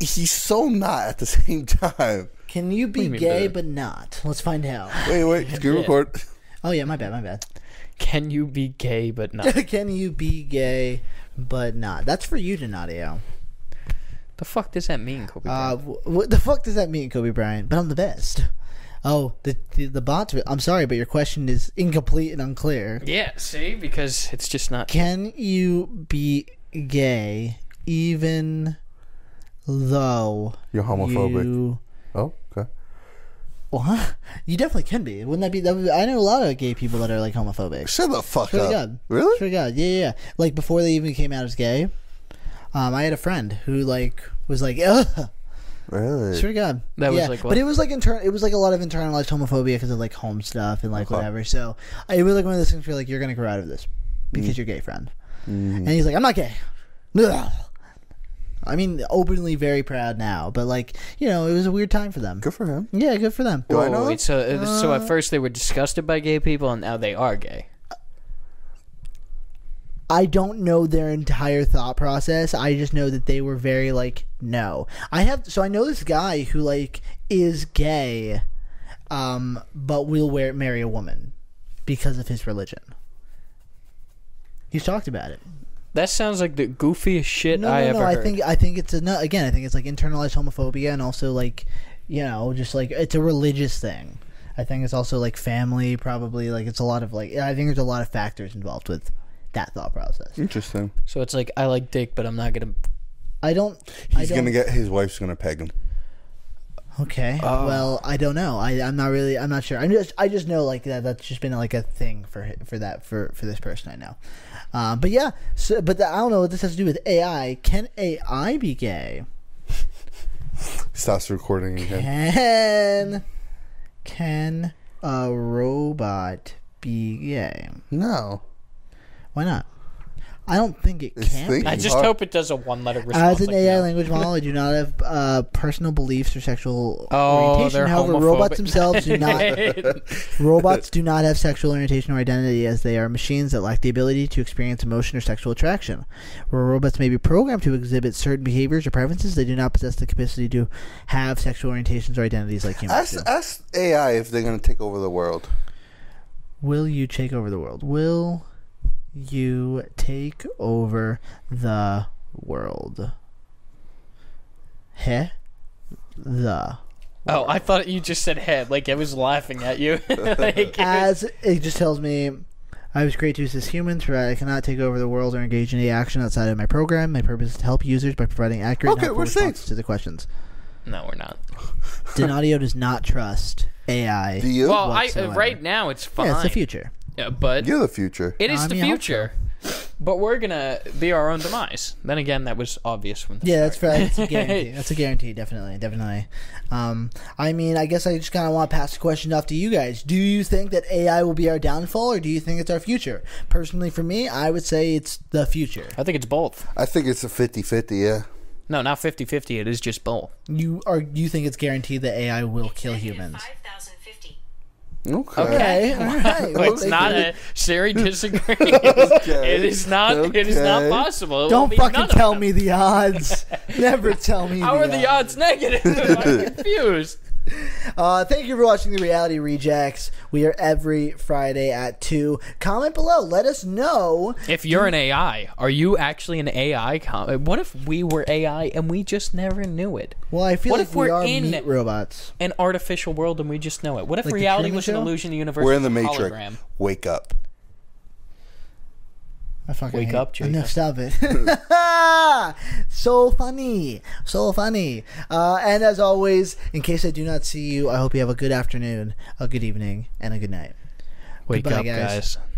he's so not at the same time. Can you be you mean gay bad? but not? Let's find out. Wait, wait, screen record. Oh yeah, my bad, my bad. Can you be gay but not? Can you be gay but not? That's for you, Donatio. the fuck does that mean, Kobe? Uh, Bryant? wh- what the fuck does that mean, Kobe Bryant? But I'm the best. Oh, the the, the bots. I'm sorry, but your question is incomplete and unclear. yeah, see, because it's just not. Can you be gay even though You're homophobic. you- Oh, okay. Well, huh? You definitely can be. Wouldn't that be? That would, I know a lot of gay people that are like homophobic. Shut the fuck Swear to up. God. Really? Swear to God. Yeah, yeah, yeah. Like before they even came out as gay, um, I had a friend who like was like, Ugh. Really? swear to God. That was, Yeah. like, what? But it was like internal. It was like a lot of internalized homophobia because of like home stuff and like Uh-huh. whatever. So I- it was like one of those things where like you're gonna grow out of this Mm-hmm. because you're gay friend. And he's like, I'm not gay. Ugh. I mean, openly very proud now, but like you know, it was a weird time for them. Good for him. Yeah, good for them. Do I Wait, know? wait, that? so, uh, so at first they were disgusted by gay people, and now they are gay. I don't know their entire thought process. I just know that they were very like no. I have so I know this guy who like is gay, um, but will wear marry a woman because of his religion. He's talked about it. That sounds like the goofiest shit No, I no, ever no. I heard. think I think it's a, no, again. I think it's like internalized homophobia and also like, you know, just like it's a religious thing. I think it's also like family, probably like it's a lot of like I think there's a lot of factors involved with that thought process. Interesting. so it's like I like dick, but I'm not gonna. I don't. I He's don't, gonna get his wife's gonna peg him. Okay. Oh. well, I don't know. I, I'm not really. I'm not sure. I'm just. I just know like that. That's just been like a thing for for that for for this person I know. Uh, but yeah. So, but the, I don't know what this has to do with AI. Can AI be gay? Stops recording again. Can can a robot be gay? No. Why not? I don't think it It's can. be. thinking. I just Hard. hope it does a one letter response. As an like AI no. language model, I do not have uh, personal beliefs or sexual Oh, orientation. they're However, robots homophobic. themselves do not. robots do not have sexual orientation or identity, as they are machines that lack the ability to experience emotion or sexual attraction. Where robots may be programmed to exhibit certain behaviors or preferences, they do not possess the capacity to have sexual orientations or identities like humans. Ask, do. ask AI if they're gonna take over the world. Will you take over the world? Will you take over the world? Heh. The. oh, I thought you just said head. Like I was laughing at you. like, As it just tells me, I was created to assist humans, but I cannot take over the world or engage in any action outside of my program. My purpose is to help users by providing accurate and Okay, helpful we're safe. responses to the questions. no, we're not. Denaudio does not trust AI. Do you? Well, I, uh, whatsoever. right now it's fine. yeah, it's the future. Yeah, but You're the future. it is I the mean, I hope so. future. But we're gonna be our own demise. Then again, that was obvious from the Yeah, start. that's fair. That's a guarantee. That's a guarantee. Definitely, definitely. Um, I mean, I guess I just kind of want to pass the question off to you guys. Do you think that AI will be our downfall, or do you think it's our future? Personally, for me, I would say it's the future. I think it's both. I think it's a 50-50, Yeah. No, not 50-50. It is just both. You are you think it's guaranteed that AI will kill humans? 5,050. Okay. Okay, all right. Well, it's they- not a Sherry disagrees. It is not. It is not okay. possible. It will Don't be none of fucking tell them. me the odds. Never tell me. How the are the odds negative? I'm confused. Uh, thank you for watching the Reality Rejects. We are every Friday at two. Comment below. Let us know. If you're an AI, are you actually an AI? Com- what if we were AI and we just never knew it? Well, I feel What like if we we're are in- meat robots. An artificial world and we just know it. What if Like the reality Truman was Show? an illusion? The universe. We're in the was a matrix. Hologram? Wake up. I fucking Wake hate- up, Jacob. No, stop it. so funny, so funny. Uh, and as always, in case I do not see you, I hope you have a good afternoon, a good evening, and a good night. Wake Goodbye, up, guys. guys.